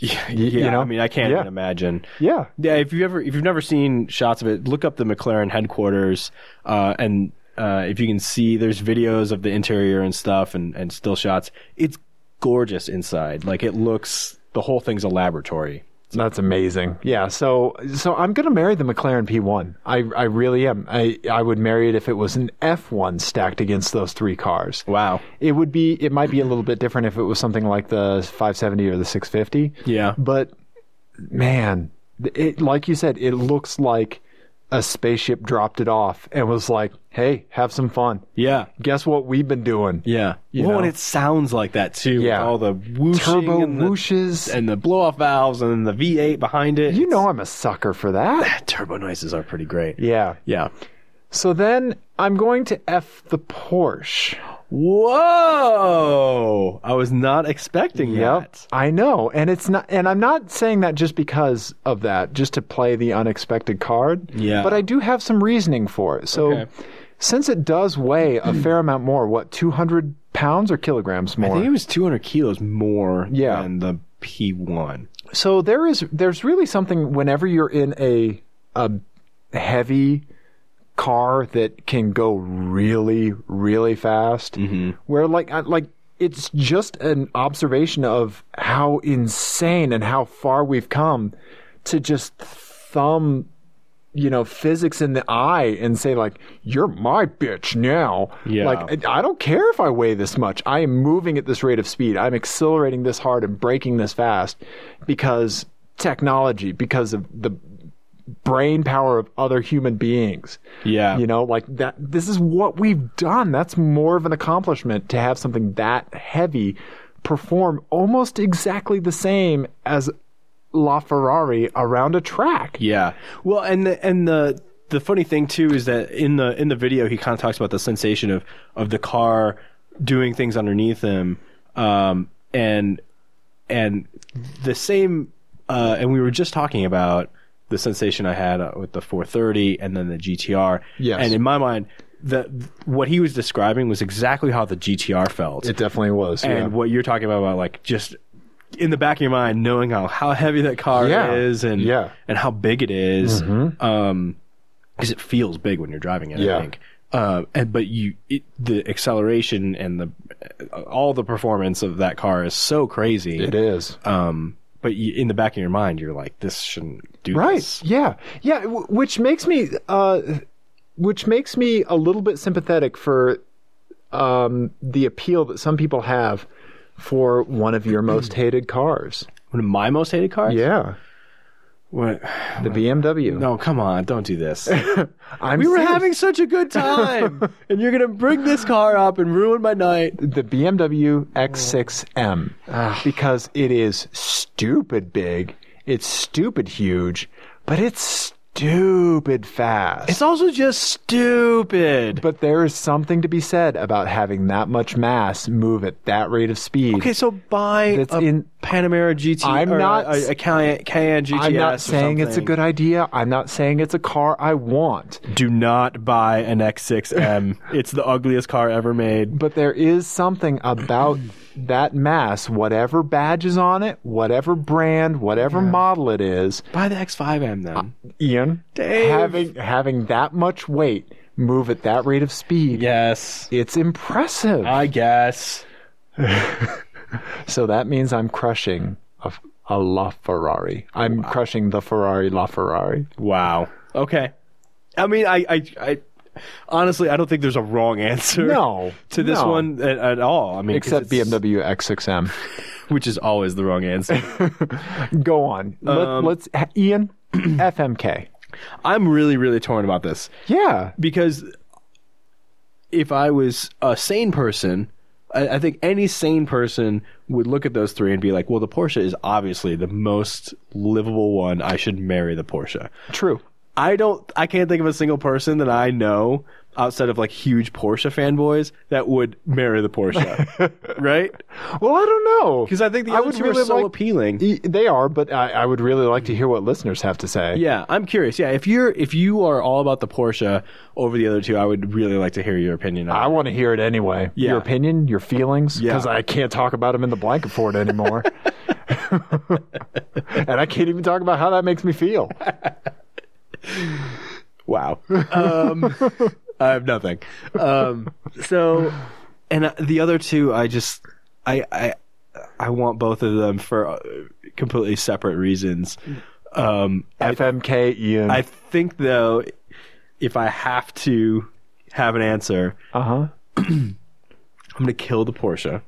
*laughs* yeah, you know? I mean, I can't Yeah. even imagine. Yeah. Yeah, if you ever if you've never seen shots of it, look up the McLaren headquarters, uh, and uh, if you can see, there's videos of the interior and stuff, and and still shots. It's gorgeous inside. Like it looks, the whole thing's a laboratory. That's amazing. Yeah. So so I'm gonna marry the McLaren P1. I I really am. I I would marry it if it was an F1 stacked against those three cars. Wow. It would be. It might be a little bit different if it was something like the 570 or the 650. Yeah. But man, it like you said, it looks like a spaceship dropped it off and was like, "Hey, have some fun. Yeah. Guess what we've been doing? Yeah. You well, know? and it sounds like that too. Yeah. With all the whooshing Turbo and the, whooshes. and the blow off valves and the V8 behind it. you know, I'm a sucker for that. It's- turbo noises are pretty great. Yeah. Yeah. So then I'm going to F the Porsche. Whoa! I was not expecting Yep. that. I know. And it's not and I'm not saying that just because of that, just to play the unexpected card. Yeah. But I do have some reasoning for it. So Okay. since it does weigh *clears throat* a fair amount more, what, two hundred pounds or kilograms I more? think it was 200 kilos more Yeah. than the P1. so there is there's really something whenever you're in a a heavy car that can go really really fast where like I- like it's just an observation of how insane and how far we've come to just thumb you know physics in the eye and say like you're my bitch now Yeah. like I I don't care if I weigh this much I am moving at this rate of speed I'm accelerating this hard and braking this fast because technology because of the brain power of other human beings Yeah. you know like that this is what we've done that's more of an accomplishment to have something that heavy perform almost exactly the same as LaFerrari around a track Yeah. Well, and the, and the the funny thing too is that in the in the video he kind of talks about the sensation of of the car doing things underneath him, um, and and the same. Uh, and we were just talking about the sensation I had uh, with the 430 and then the GTR. Yes. And in my mind, the what he was describing was exactly how the GTR felt. definitely was and what you're talking about, about like just in the back of your mind knowing how, how heavy that car Yeah. is and Yeah. Mm-hmm. and how big it is. Um, because it feels big when you're driving it. Yeah. I think. Uh, and but you it, the acceleration and the all the performance of that car is so crazy. it is Um, but you, in the back of your mind, you're like, this shouldn't do Right. this. Yeah. Yeah. w- Which makes me, uh, which makes me a little bit sympathetic for um, the appeal that some people have for one of your most hated cars. One of my most hated cars. Yeah, What? the BMW. No, come on, don't *laughs* do this. I'm we were serious. having such a good time, and you're gonna bring this car up and ruin my night. the BMW X6M Ah. because it is stupid big. It's stupid huge, but it's stupid fast. It's also just stupid. But there is something to be said about having that much mass move at that rate of speed. okay, so buy That's a in- Panamera GT. I'm or not a, a, a Cayenne, Cayenne GTS. I'm or not saying it's a something. good idea. I'm not saying it's a car I want. Do not buy *laughs* an X6M. it's the ugliest car ever made. But there is something *clears throat* about that mass, whatever badge is on it, whatever brand, whatever model it is, Buy the X5M then. Ian, Dave. having having that much weight move at that rate of speed, yes, it's impressive. I guess. so that means I'm crushing a, a LaFerrari. I'm crushing the Ferrari LaFerrari. Wow. Okay. I mean, I, I, I, honestly, I don't think there's a wrong answer. No, to this no. one at, at all. I mean, 'cause Except it's- BMW X6M. which is always the wrong answer. *laughs* Go on. Let, Um, let's *clears throat* Ian FMK. I'm really, really torn about this Yeah. because if I was a sane person, I, I think any sane person would look at those three and be like, "Well, the Porsche is obviously the most livable one. I should marry the Porsche." True. I don't. I can't think of a single person that I know outside of like huge Porsche fanboys that would marry the Porsche, right? Well, I don't know Because I think the others who are so appealing. Y- E, They are, but I, I would really like to hear what listeners have to say. Yeah, I'm curious. Yeah, if you're if you are all about the Porsche over the other two, I would really like to hear your opinion on. I it. want to hear it anyway. Yeah. Your opinion, your feelings, Yeah. because I can't talk about them in the blanket fort *laughs* anymore. and I can't even talk about how that makes me feel. Wow. Um, *laughs* I have nothing. Um, so, and uh, the other two, I just, I, I, I want both of them for uh, completely separate reasons. Um, FMK Ian. I think though, if I have to have an answer, uh huh. I'm gonna kill the Porsche.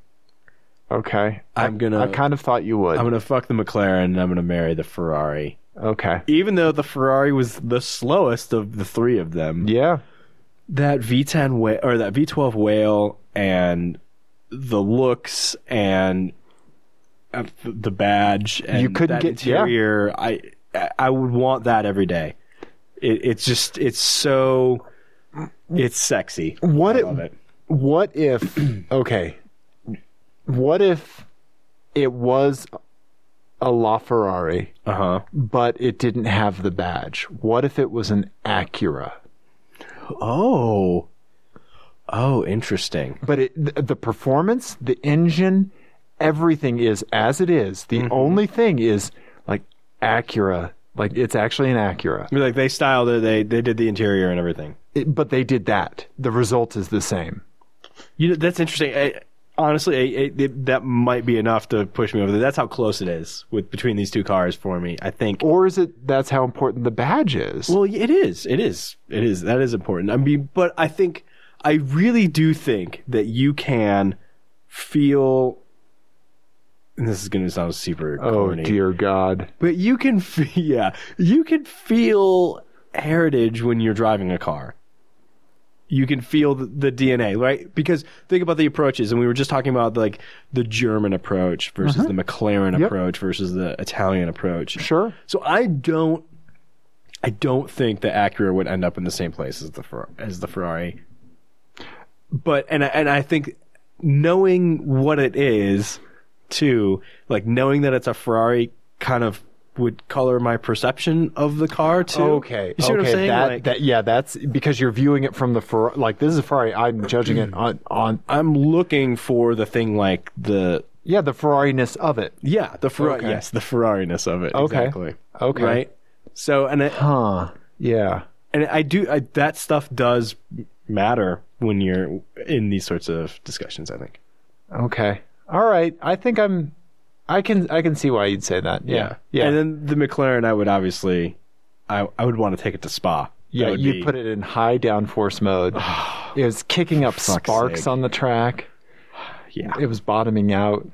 Okay. I'm gonna, I kind of thought you would. I'm gonna fuck the McLaren. and I'm gonna marry the Ferrari. okay. Even though the Ferrari was the slowest of the three of them, Yeah. that V10 whale or that V12 whale and the looks and uh, the badge and You couldn't that get- yeah. interior. I I- I would want that every day. It, it's just it's so it's sexy. What I it- love it. What if? *clears throat* Okay. What if it was a LaFerrari, Uh huh. but it didn't have the badge? What if it was an Acura? Oh. Oh, interesting. but it, th- the performance, the engine, everything is as it is. The Mm-hmm. only thing is like Acura, like it's actually an Acura. I mean, Like they styled it, they they did the interior and everything. It- but they did that. The result is the same. You know, that's interesting. I, honestly, I, I, it, that might be enough to push me over there. That's how close it is with between these two cars for me. I think. Or is it that's how important the badge is? Well, it is. It is. It is. That is important. I mean, but I think I really do think that you can feel. And this is going to sound super oh corny, dear God! but you can. *laughs* F- yeah, you can feel heritage when you're driving a car. You can feel the, the DNA, right? Because think about the approaches, and we were just talking about like the German approach versus the McLaren Yep. approach versus the Italian approach. Sure. So I don't, I don't think the Acura would end up in the same place as the Fer- as the Ferrari. But and I, and I think knowing what it is, too, like knowing that it's a Ferrari, kind of would color my perception of the car too. Okay. you see okay. what I'm saying? That, Like, that yeah. That's because you're viewing it from the Ferrari. Like this is a Ferrari. I'm judging *clears throat* it on on I'm looking for the thing like the yeah the Ferrari ness of it. yeah the Ferrari Okay. yes the Ferrariness of it Okay. exactly Okay. right. So and I, Huh. Yeah. and I do I, that stuff does matter when you're in these sorts of discussions. I think. Okay. All right. I think I'm. I can I can see why you'd say that. Yeah. Yeah. And then the McLaren, I would obviously, I I would want to take it to Spa. yeah. You'd put it in high downforce *sighs* mode. it was kicking up fuck's sparks sake. on the track. Yeah. It was bottoming out.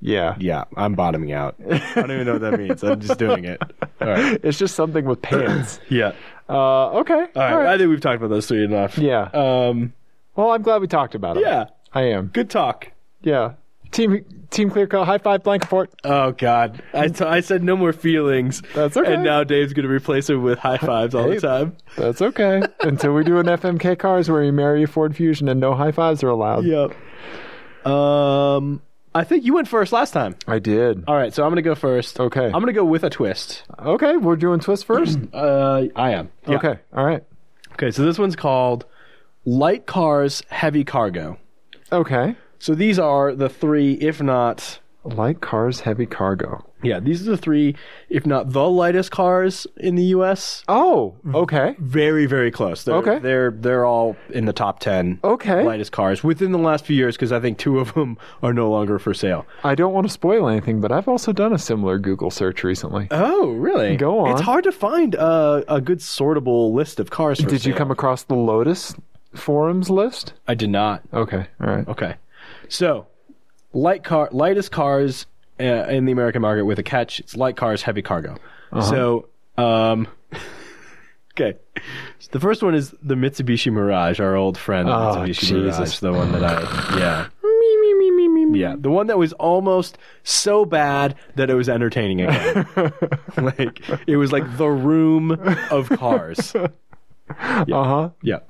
Yeah. Yeah, I'm *laughs* bottoming out. I don't even know what that means. I'm just doing it. All right. It's just something with *clears throat* pants. Yeah. uh, okay. All right. I think we've talked about those three enough. Yeah. Um. Well, I'm glad we talked about it. Yeah. I am. Good talk. Yeah. Team Team Clear Cut. High five, Blankenfort. Oh God. I, t- I said no more feelings. That's okay. And now Dave's gonna replace it with high fives all the time. That's *laughs* okay. Until we do an FMK cars where you marry a Ford Fusion and no high fives are allowed. Yep. Um. I think you went first last time. I did. All right, so I'm gonna go first. Okay. I'm gonna go with a twist. Okay. We're doing twist first. *clears throat* Uh, I am. *clears throat* Yeah. Okay. All right. Okay, so this one's called Light Cars, Heavy Cargo. Okay. So these are the three, if not Light cars, heavy cargo. Yeah, these are the three, if not the lightest cars in the U.S. Oh, okay. Very, very close. They're, Okay. they're they're all in the top ten. Okay. lightest cars within the last few years because I think two of them *laughs* are no longer for sale. I don't want to spoil anything, but I've also done a similar Google search recently. Oh, really? Go on. It's hard to find a, a good sortable list of cars. For Did you sale. come across the Lotus forums list? I did not. Okay, all right. Okay. So, light car, lightest cars uh, in the American market with a catch. It's light cars, heavy cargo. Uh-huh. So, um, *laughs* okay. So the first one is the Mitsubishi Mirage, our old friend the Oh, Mitsubishi Jesus. Mirage, the one that I yeah. Yeah, the one that was almost so bad that it was entertaining *laughs* again. like it was like the room of *laughs* cars. Uh huh. Yeah.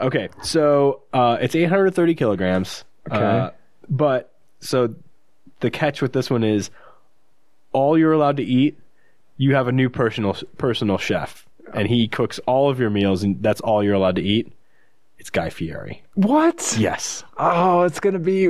Okay. So uh, it's 830 kilograms. Uh, Okay. but so the catch with this one is all you're allowed to eat. You have a new personal personal chef, and he cooks all of your meals, and that's all you're allowed to eat. It's Guy Fieri. What? Yes. Oh, it's gonna be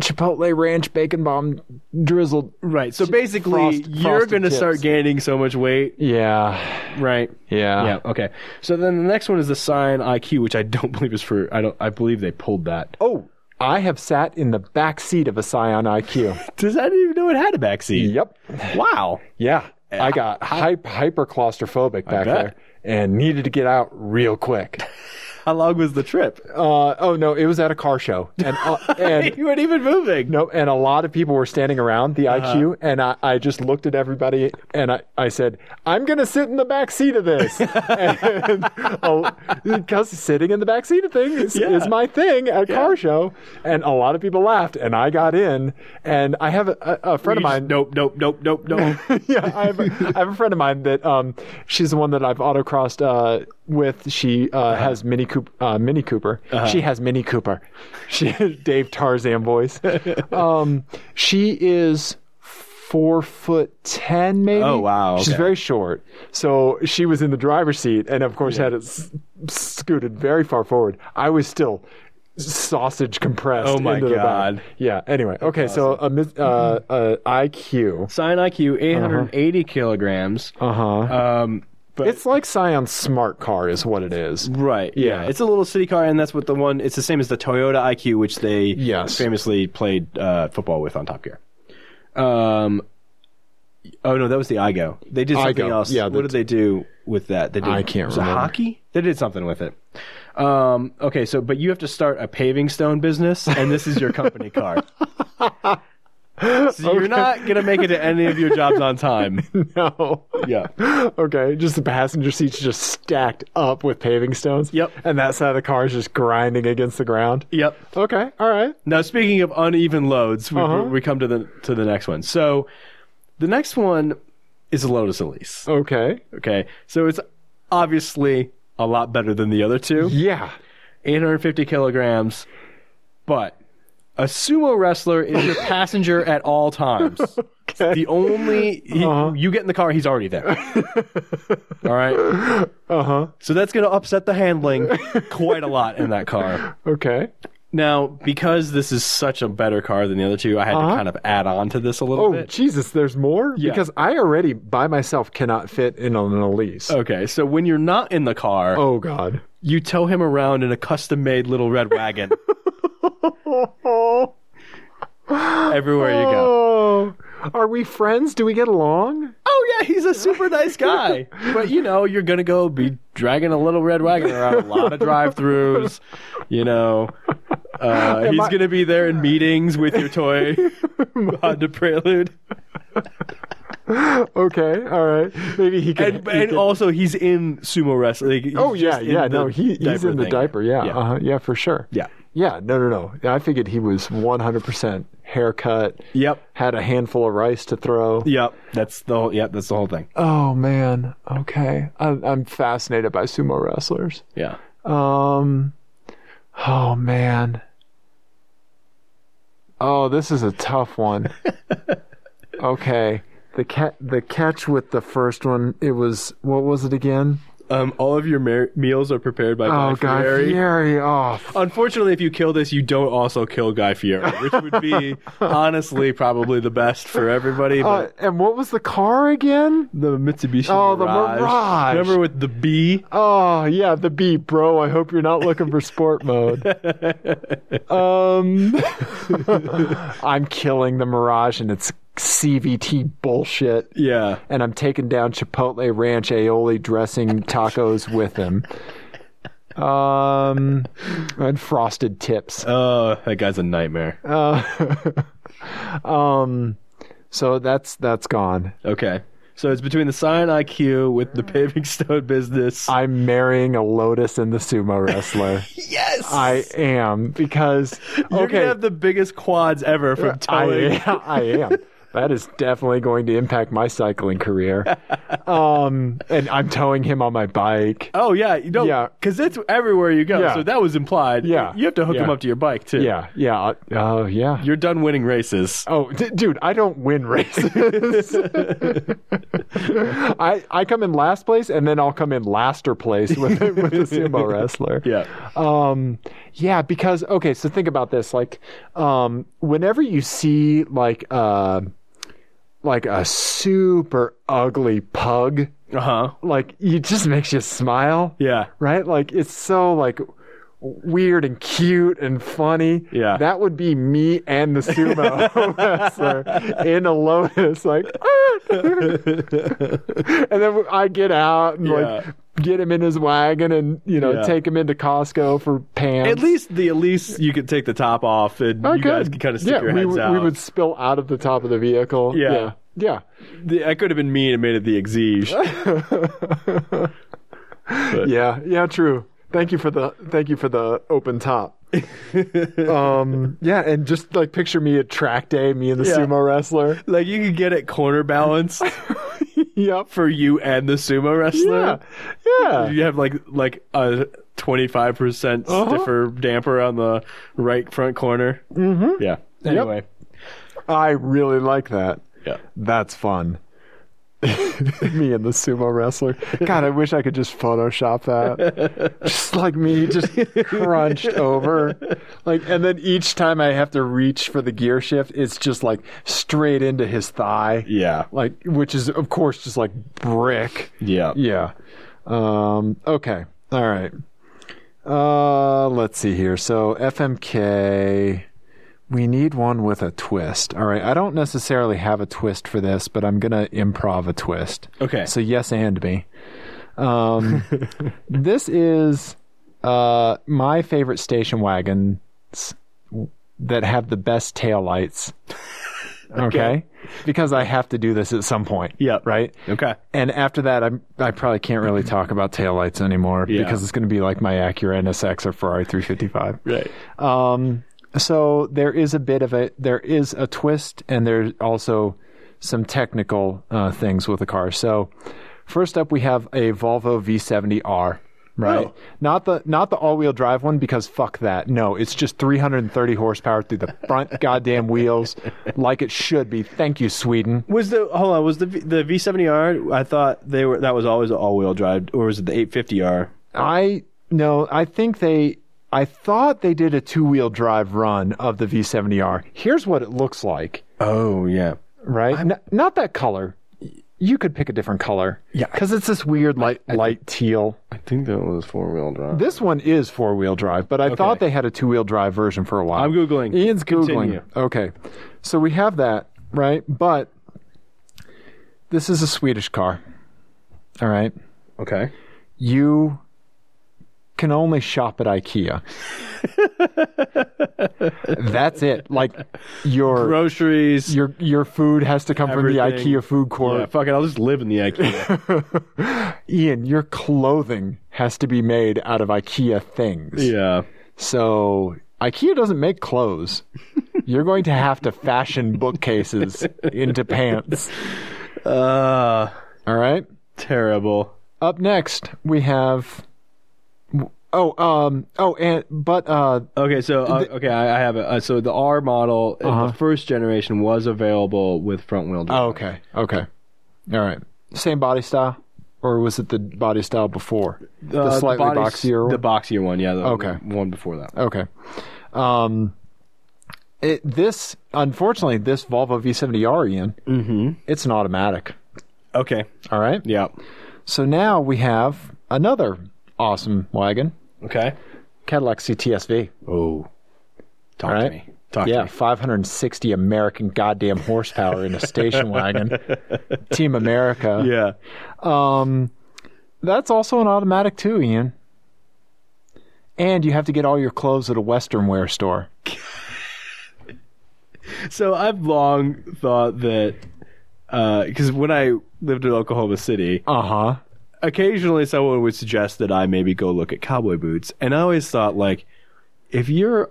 Chipotle Ranch Bacon Bomb drizzled. Right. So basically, Frost- you're frosted going to tips. start gaining so much weight, Yeah, right? yeah. yeah. Okay. So then the next one is the sign IQ, which I don't *laughs* believe is for. I don't. I believe they pulled that. Oh, I have sat in the back seat of a Scion IQ. Does I didn't even know it had a backseat. *laughs* yep. Wow. Yeah, I got hy- hyper claustrophobic back bet. there and needed to get out real quick. How long was the trip? Uh, oh no, it was at a car show, and uh, and *laughs* you weren't even moving. no, and a lot of people were standing around the Uh-huh. IQ, and I, I just looked at everybody, and I, I said, "I'm gonna sit in the back seat of *laughs* this," and, uh, because sitting in the back seat of things Yeah. is my thing at a car show, and a lot of people laughed, and I got in, and I have a, a a friend of mine. Nope, nope, nope, nope, *laughs* nope. yeah, I have, a, I have a friend of mine that um, she's the one that I've autocrossed uh, with. She uh, Uh-huh. has Mini Cooper. Uh, Mini Cooper. She has Mini Cooper. *laughs* She Dave Tarzan *laughs* voice. um, she is four foot ten, maybe. Oh, wow, She's okay. very short. So she was in the driver's seat, and of course had it s- scooted very far forward. I was still. Sausage compressed. Oh, my into the back. God. Yeah. Anyway. Okay. So a mis- uh, uh, IQ. Sign IQ 880 kilograms. Uh-huh. Um, but It's like Scion's smart car is what it is. right, yeah. yeah. it's a little city car, and that's what the one. It's the same as the Toyota IQ, which they Yes. famously played uh, football with on Top Gear. Um, oh no, that was the Igo. They did something Igo, else. yeah, what the- did they do with that? They did. I can't was it remember. hockey. They did something with it. Um, okay, so but you have to start a paving stone business, and this is your *laughs* company car. So you're not gonna make it to any of your jobs *laughs* on time. *laughs* No. Yeah. okay, just the passenger seats just stacked up with paving stones. Yep. And that side of the car is just grinding against the ground. Yep. Okay, all right. Now, speaking of uneven loads, we, Uh-huh. we come to the to the next one. So, the next one is a Lotus Elise. Okay. Okay, so it's obviously a lot better than the other two, Yeah. 850 kilograms, but a sumo wrestler is *laughs* your passenger at all times. Okay. The only he, Uh-huh. you get in the car, he's *laughs* already there. all right, Uh-huh. so that's going to upset the handling quite a lot in *laughs* that car. Okay. Now, because this is such a better car than the other two, I had to kind of add on to this a little Uh-huh. Oh, bit. Jesus, there's more? Yeah. Because I already by myself cannot fit in on an Elise. Okay, so when you're not in the car, Oh god. you tow him around in a custom made little *laughs* red wagon Oh. everywhere you go. Oh. Are we friends? Do we get along? Oh, yeah, he's a super nice guy. but, you know, you're going to go be dragging a little red wagon around a lot of drive throughs, you know. Uh, he's I- going to be there in meetings with *laughs* your toy Honda Prelude. Okay, all right. Maybe he can And, he and can- also, he's in sumo wrestling. He's Oh yeah, just in yeah. the No, he, he's diaper in the thing. diaper. Yeah, Yeah. yeah. Uh-huh, yeah, for sure. Yeah. yeah. No, no, no. Yeah, I figured he was 100% haircut. Yep. Had a handful of rice to throw. Yep, that's the whole, yep, that's the whole thing. Oh man. Okay. I'm, I'm fascinated by sumo wrestlers. Yeah. Um. Oh man. Oh, this is a tough *laughs* one. okay. The cat. The catch with the first one. It was what was it again? Um, all of your mer- meals are prepared by Oh Guy god, Fieri. Fieri. *laughs* Oh, Unfortunately, if you kill this, you don't also kill Guy Fieri, which *laughs* would be honestly probably the best for everybody. But uh, and what was the car again? the Mitsubishi oh, the Mirage. Mirage. Remember with the B? Oh yeah, the beep, bro. I hope you're not looking for sport *laughs* mode. Um, *laughs* I'm killing the Mirage and it's CVT bullshit, Yeah. and I'm taking down Chipotle Ranch aioli dressing tacos with him. Um, and frosted tips. Oh, that guy's a nightmare. Uh, Um, so that's that's gone. Okay. So it's between the sign IQ with the uh, paving stone business. I'm marrying a lotus and the sumo *laughs* wrestler. yes. I am because You're okay, gonna have the biggest quads ever from I towing. am, I am. That is definitely going to impact my cycling career. Um, and I'm towing him on my bike. Oh yeah, you know, Yeah. because it's everywhere you go. Yeah. So that was implied. Yeah. you have to hook Yeah. him up to your bike too. Yeah, yeah, oh yeah. you're done winning races. Oh, d- dude, I don't win races. *laughs* I I come in last place, and then I'll come in laster place with *laughs* the, with the sumo wrestler. Yeah, Um, yeah, because okay, so think about this. Like, um, whenever you see like uh, like a super ugly pug, uh huh. like it just makes you smile, Yeah, right? Like it's so like weird and cute and funny. Yeah. that would be me and the sumo wrestler in a lotus, like. "Ah." *laughs* and then I get out and Yeah. like get him in his wagon and you know Yeah. take him into Costco for pants. at least the at least you could take the top off and Okay. you guys could kind of stick Oh, yeah, your we, heads would- out. We would spill out of the top of the vehicle. Yeah. yeah, yeah. The- I could have been mean and made it the *laughs* exige. Yeah, yeah, true. Thank you for the thank you for the open top. um, yeah, and just like picture me at track day, me and the Yeah. sumo wrestler. like you could get it *laughs* corner balanced yep. for you and the sumo Yeah. wrestler. Yeah. Uh-huh. You have like like a twenty five percent stiffer damper on the right front corner. Mm. Mm-hmm. Yeah. Anyway. I really like that. Yeah. That's fun. *laughs* me and the sumo wrestler. God, I wish I could just Photoshop that. *laughs* just like me, just crunched over. Like, and then each time I have to reach for the gear shift, it's just like straight into his thigh. Yeah. Like, which is of course just like brick. Yeah. Yeah. Um, okay. All right. Uh, let's see here. So FMK, we need one with a twist. All right. I don't necessarily have a twist for this, but I'm gonna improv a twist. Okay. So yes, and me. Um, *laughs* this is uh my favorite station wagons that have the best taillights. *laughs* okay. okay. Because I have to do this at some point. Yeah. Right. Okay. And after that, I'm, I probably can't really talk about taillights anymore Yeah. because it's going to be like my Acura NSX or Ferrari 355. Right. Um, so there is a bit of a there is a twist, and there's also some technical uh, things with the car. So first up, we have a Volvo V70R. Right, Oh. not the not the all wheel drive one because fuck that. No, it's just 330 horsepower through the front goddamn wheels, like it should be. Thank you, Sweden. Was the hold on? Was the V- the V seventy R? I thought they were that was always an all wheel drive, or was it the eight fifty R? I no, I think they I thought they did a two-wheel drive run of the V70R. Here's what it looks like, Oh yeah. right? N- not that color. You could pick a different color. Yeah. Cuz it's this weird light light teal. I think that was four wheel drive. This one is four-wheel drive, but I thought they had a two-wheel drive version for a while. I'm googling. Ian's googling. Continue. Okay. So we have that, right? But this is a Swedish car. All right. Okay. you can only shop at *laughs* IKEA. That's it. Like your Groceries. your your food has to come from the Everything. IKEA food court. yeah, fuck it. I'll just live in the *laughs* IKEA. Ian, your clothing has to be made out of IKEA things. yeah. So IKEA doesn't make *laughs* clothes. You're going to have to fashion bookcases into pants. Uh, All right. terrible. Up next, we have oh um oh and but uh Okay, so uh, okay, I, I have it. Uh, so the R model, uh, Uh-huh. the first generation, was available with front wheel drive. Oh, okay. Okay. All right. Same body style. or was it the body style before? The, Uh, slightly body- boxier. The boxier one, yeah. The Okay. One before that. Okay. Um, it, this unfortunately this Volvo V70R Ian, it's an automatic. Okay. All right. Mm-hmm. Yeah. So now we have another awesome wagon, Okay. Cadillac CTSV. Oh. Talk All to right. me. Talk yeah, to me. 560 American goddamn horsepower in a station *laughs* wagon. Team America. Yeah. That's also an automatic too, Ian. And you have to get all your clothes at a Western wear store. So I've long thought that because when I lived in Oklahoma City, Uh huh. occasionally someone would suggest that I maybe go look at cowboy boots, and I always thought like, if you're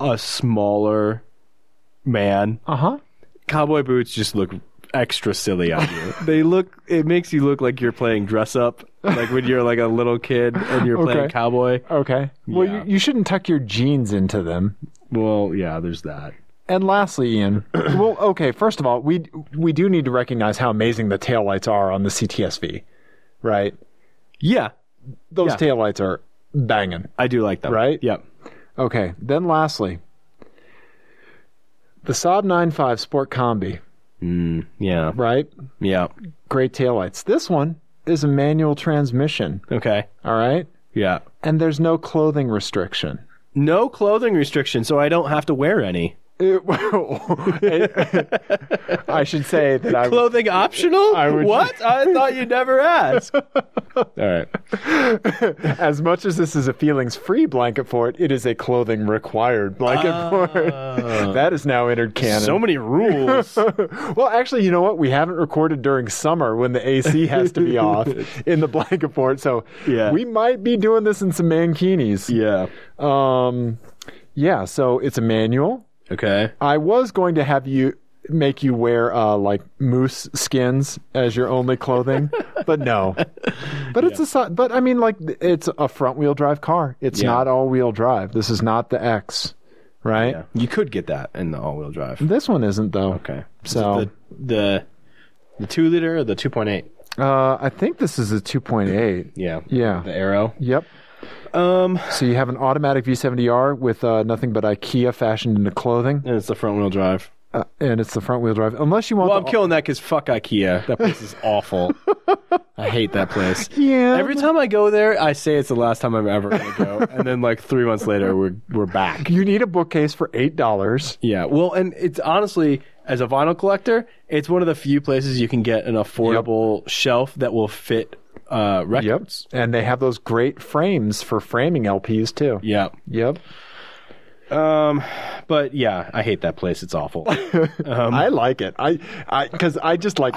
a smaller man, Uh huh. cowboy boots just look extra silly on *laughs* you. they look it makes you look like you're playing dress up, like when you're like a little kid and you're playing Okay. cowboy. Okay. Well, Yeah. you, you shouldn't tuck your jeans into them. Well, yeah, there's that. And lastly, *clears throat* Ian. well, okay. First of all, we we do need to recognize how amazing the taillights are on the CTSV, right? Yeah, Those Yeah. taillights are banging. I do like that. Right? Yep. Okay. Then lastly, the Saab 95 Sport Combi, Mm, Yeah. right? Yeah. Great taillights. This one is a manual transmission, Okay. all right? Yeah. And there's no clothing restriction. No clothing restriction, so I don't have to wear any. It- *laughs* I should say that I Clothing optional? I would- *laughs* what? I thought you'd never ask. All right. As much as this is a feelings free blanket for it, it is a clothing required blanket for it. *laughs* That is now entered canon. Ah. So many *laughs* rules. well, actually, you know what? We haven't recorded during summer when the AC has to *laughs* be off in the blanket for it. So Yeah. we might be doing this in some mankinis. yeah. Um, yeah, so it's a manual. Okay. I was going to have you make you wear uh, like moose skins as your only *laughs* clothing, but no. But it's a si- but I mean like it's a front wheel drive car. It's Yeah. not all wheel drive. This is not the X, right? Yeah. You could get that in the all wheel drive. This one isn't though. Okay. So- Is it the the the two liter or the two point eight? Uh, I think this is a 2.8. Yeah. Yeah. The arrow. Yep. Um So you have an automatic V70R with uh, nothing but IKEA fashioned into clothing, and it's the front wheel drive. uh, and it's the front wheel drive. Unless you want, Well, I'm the, killing that because fuck IKEA. That place is *laughs* awful. I hate that place. Yeah. Every time I go there, I say it's the last time I'm ever gonna go, and then like three months later, we're we're back. you need a bookcase for eight dollars. Yeah. Well, and it's honestly, as a vinyl collector, it's one of the few places you can get an affordable shelf that will fit uh, records. And they have those great frames for framing LPs too. Yep. Yep. Um, but yeah, I hate that place. It's awful. Um, I like it. I, I, because I just like,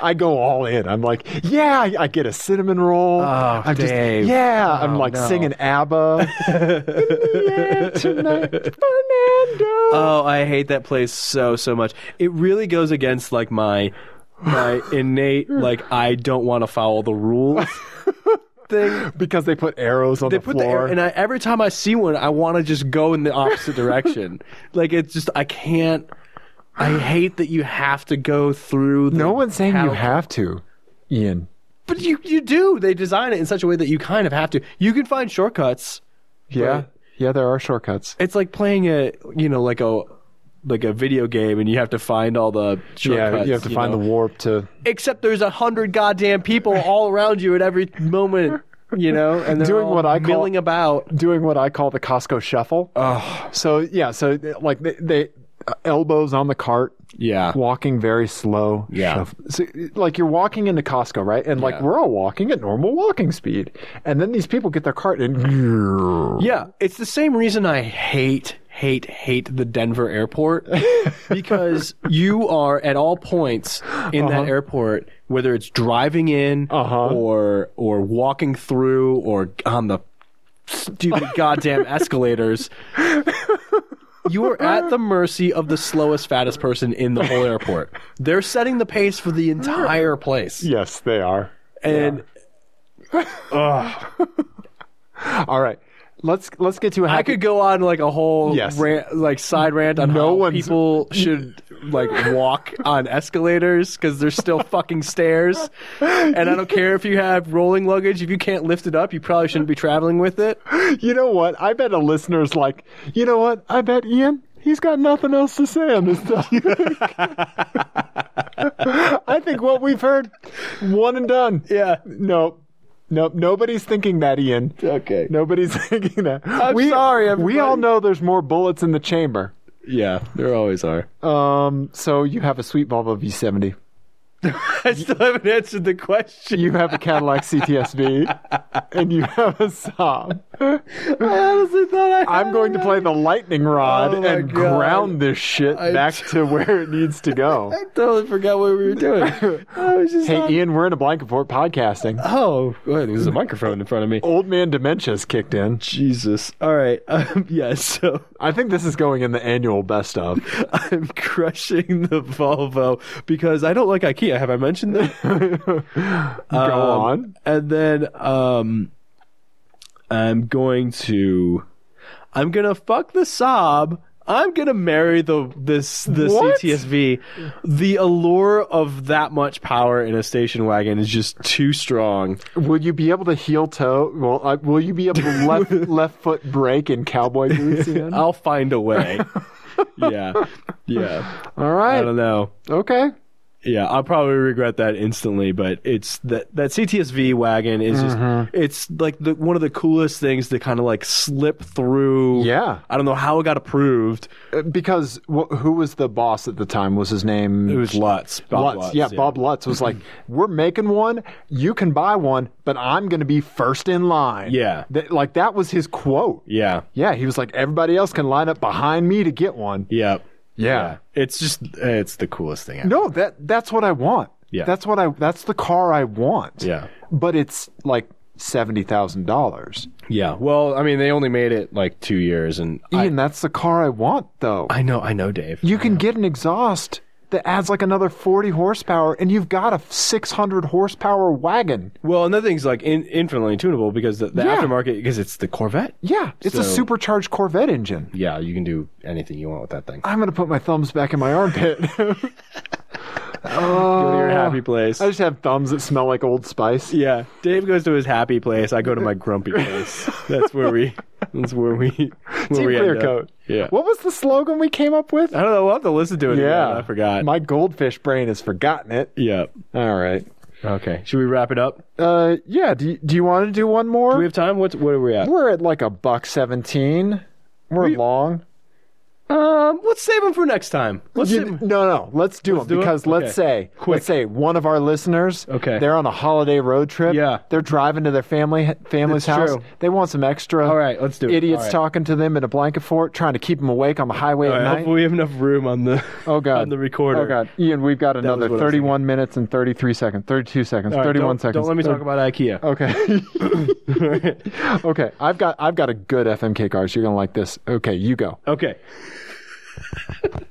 I, go all in. I'm like, yeah, I, I get a cinnamon roll. Oh, I'm just- Dave. yeah, I'm Oh, like no. singing *laughs* ABBA. Yeah, tonight, Fernando. *laughs* Uh, oh, I hate that place so so much. It really goes against like my *laughs* my innate like I don't want to follow the *laughs* rules thing. because they put arrows on They the put floor. the air, and I, every time I see one, I want to just go in the *laughs* opposite direction. Like it's just I can't. I hate that you have to go through. The no one's saying you cattle- have to, Ian. but you you do. They design it in such a way that you kind of have to. You can find shortcuts. Yeah, Right. yeah, there are shortcuts. It's like playing a you know like a like a video game, and you have to find all the shortcuts. yeah, you have to find know? the warp to except there's a hundred goddamn people all around you at every moment, you know, and they're Doing all what I call- milling about. doing what I call the Costco shuffle. So yeah, so like they, they uh, elbows on the cart, Yeah. walking very slow. Yeah. so, like you're walking into Costco, right? And like Yeah. we're all walking at normal walking speed, and then these people get their cart and *laughs* Yeah, it's the same reason I hate, hate, hate the Denver airport because you are at all points in that airport, whether it's driving in Uh-huh. or or walking through or on the stupid goddamn escalators. You are at the mercy of the slowest, fattest person in the whole airport. They're setting the pace for the entire place, yes, they are. and All right. let's let's get to a happy. I could go on like a whole Yes. rant, like side rant on No how one's- *laughs* people should like walk on escalators because they're still fucking stairs. And I don't care if you have rolling luggage; if you can't lift it up, you probably shouldn't be traveling with it. You know what? I bet a listener's like, you know what? I bet Ian, he's got nothing else to say on this topic. *laughs* I think what we've heard, one and done. Yeah. Nope. Nope. Nobody's thinking that, Ian. Okay. Nobody's *laughs* thinking that. I'm we, sorry, We all everybody. know there's more bullets in the chamber. Yeah, there always are. Um, so you have a sweet Volvo V70. I still haven't answered the question. You have a *laughs* Cadillac CTSV, and you have a Saab. I honestly thought I. I'm going to play the lightning rod Oh my and God. ground this shit I back t- to where it needs to *laughs* go. I totally forgot what we were doing. I was just. hey, on- Ian, we're in a blanket for podcasting. E- Oh, wait, there's a microphone in front of me. Old man dementia's kicked in. Oh, Jesus. All right. *laughs* Um, yeah. So. I think this is going in the annual best of. *laughs* I'm crushing the Volvo because I don't like IKEA. Have I mentioned that? Go Um, on. And then um, I'm going to, I'm gonna fuck the Saab. I'm gonna marry the this the What? CTSV. The allure of that much power in a station wagon is just too strong. Will you be able to heel toe? Well, uh, will you be able to *laughs* left left foot break in cowboy boots? Ian? I'll find a way. yeah, yeah. All I right. don't know. Okay. Yeah, I'll probably regret that instantly, but it's that that CTSV wagon is just Mm-hmm. it's like the one of the coolest things to kind of like slip through. Yeah. I don't know how it got approved. Uh, Because wh- who was the boss at the time? Was his name? It was Lutz. Bob Lutz. yeah, Bob Lutz was *clears throat* like, "We're making one. You can buy one, but I'm going to be first in line." Yeah. That- like that was his quote. Yeah. Yeah, he was like, "Everybody else can line up behind me to get one." Yeah. Yeah. It's just it's the coolest thing. ever. No, that that's what I want. Yeah. That's what I. That's the car I want. Yeah. But it's like seventy thousand dollars. Yeah. Well, I mean, they only made it like 2 years and I, Ian, that's the car I want, though. I know, I know, Dave. you can get an exhaust that adds like another forty horsepower, and you've got a six hundred horsepower wagon. well, and that thing's like in, infinitely tunable because the, the Yeah. aftermarket because it's the Corvette. Yeah, it's a So- supercharged Corvette engine. Yeah, you can do anything you want with that thing. I'm gonna put my thumbs back in my armpit. *laughs* Go to your Oh. happy place. I just have thumbs that smell like Old Spice. Yeah, Dave goes to his happy place. I go to *laughs* my grumpy place. That's where we. That's where we. Where Team we end clear up. coat. Yeah. What was the slogan we came up with? I don't know. We'll have to listen to it. Yeah, I forgot. My goldfish brain has forgotten it. yeah. All right. Okay. Should we wrap it up? Uh, yeah. Do you, do you want to do one more? Do we have time? What? What are we at? We're at like a buck seventeen. We're long. Um, let's save them for next time. Let's You- save 'em. no, no. Let's do them do 'em? because let's Okay. say Quick. let's say one of our listeners. Okay. They're on a holiday road trip. Yeah. They're driving to their family family's That's house. true. They want some extra. All right, let's do it. Idiots All right. talking to them in a blanket fort, trying to keep them awake on the highway All at right, night. hopefully we have enough room on the. Oh god. On the recorder. Oh god. Ian, we've got another what I was thinking. 31 minutes and 33 seconds, 32 seconds, All right, 31 don't, seconds. Don't let me thir- talk about IKEA. Okay. *laughs* okay. *laughs* I've got I've got a good FMK cars. You're going to like this. Okay, you go. Okay.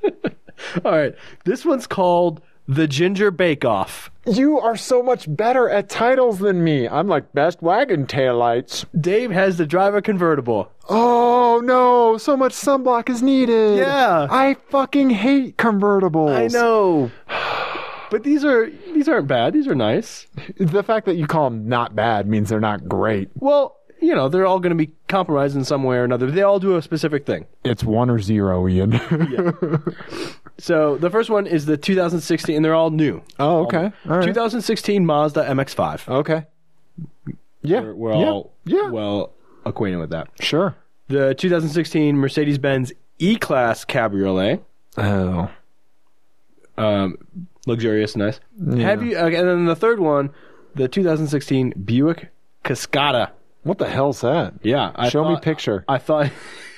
*laughs* All right. This one's called the Ginger Bake Off. You are so much better at titles than me. I'm like best wagon taillights. Dave has to drive a convertible. Oh no, so much sunblock is needed. Yeah. I fucking hate convertibles. I *sighs* know. But these are these aren't bad. These are nice. The fact that you call them not bad means they're not great. Well, you know, they're all going to be compromised in some way or another. They all do a specific thing. It's one or zero, Ian. *laughs* So the first one is the 2016, and they're all new. oh, okay. All right. 2016 Mazda MX-5. Okay. Yeah. We're, we're yeah. all Yeah. well acquainted with that. Sure. The 2016 Mercedes-Benz E-Class Cabriolet, Oh. um, luxurious, nice. Have you? okay, And then the third one, the 2016 Buick Cascada. What the hell's that? Yeah, I Show me thought- picture. I thought,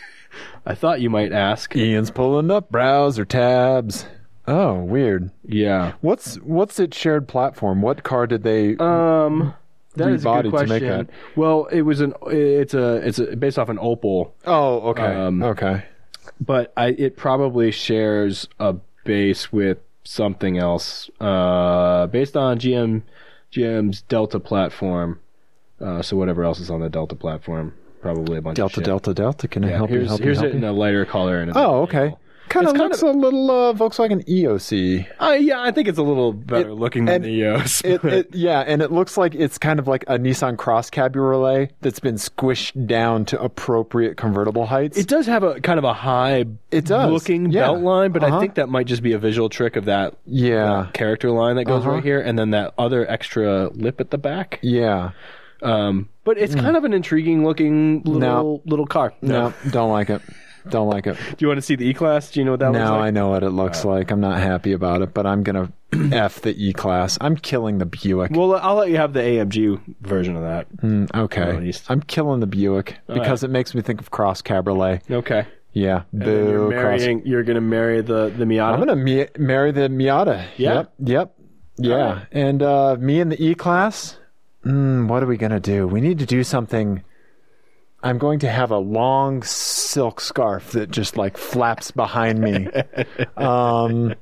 *laughs* I thought you might ask. Ian's pulling up browser tabs. Oh, weird. Yeah. What's what's its shared platform? What car did they? Um, that is a good Rebodied to question. make Well, it was an it's a it's a, based off an Opal, oh, okay, um, okay. but I it probably shares a base with something else. Uh, based on GM GM's Delta platform. Uh, so whatever else is on the Delta platform. probably a bunch Delta, of shit. Delta, Delta. Can I Yeah, help you? here's Help you? here's help it you? in a lighter color. And a Oh, different okay. angle. Kind of It's kinda- looks a little uh, Volkswagen EOC. Uh, yeah, I think it's a little better It- looking than and the uh, *laughs* EOS. It, but- it, yeah, and it looks like it's kind of like a Nissan Cross Cabriolet that's been squished down to appropriate convertible heights. It does have a kind of a high It does, looking yeah. belt line, but I Uh-huh. think that might just be a visual trick of that yeah, character line that goes Uh-huh. right here, and then that other extra lip at the back. yeah. Um, but it's kind of an intriguing looking little Mm. No. little car. No, don't like it. Don't like it. Do you want to see the E class? Do you know what that looks Now I like? uh, know what it looks like. I'm not happy about it, but I'm gonna *clears throat* f the E class. I'm killing the Buick. well, I'll let you have the AMG version of that. Mm, At okay, least. I'm killing the Buick because it makes me think of Cross Cabriolet. Okay. Yeah, And then you're boo. Cross. marrying. You're going to marry the the Miata. I'm gonna mi- marry the Miata. Yeah. Yep. Yep. Yeah. right. And uh, me and the E class. Mm, what are we gonna do? We need to do something. I'm going to have a long silk scarf that just like flaps behind *laughs* me. um,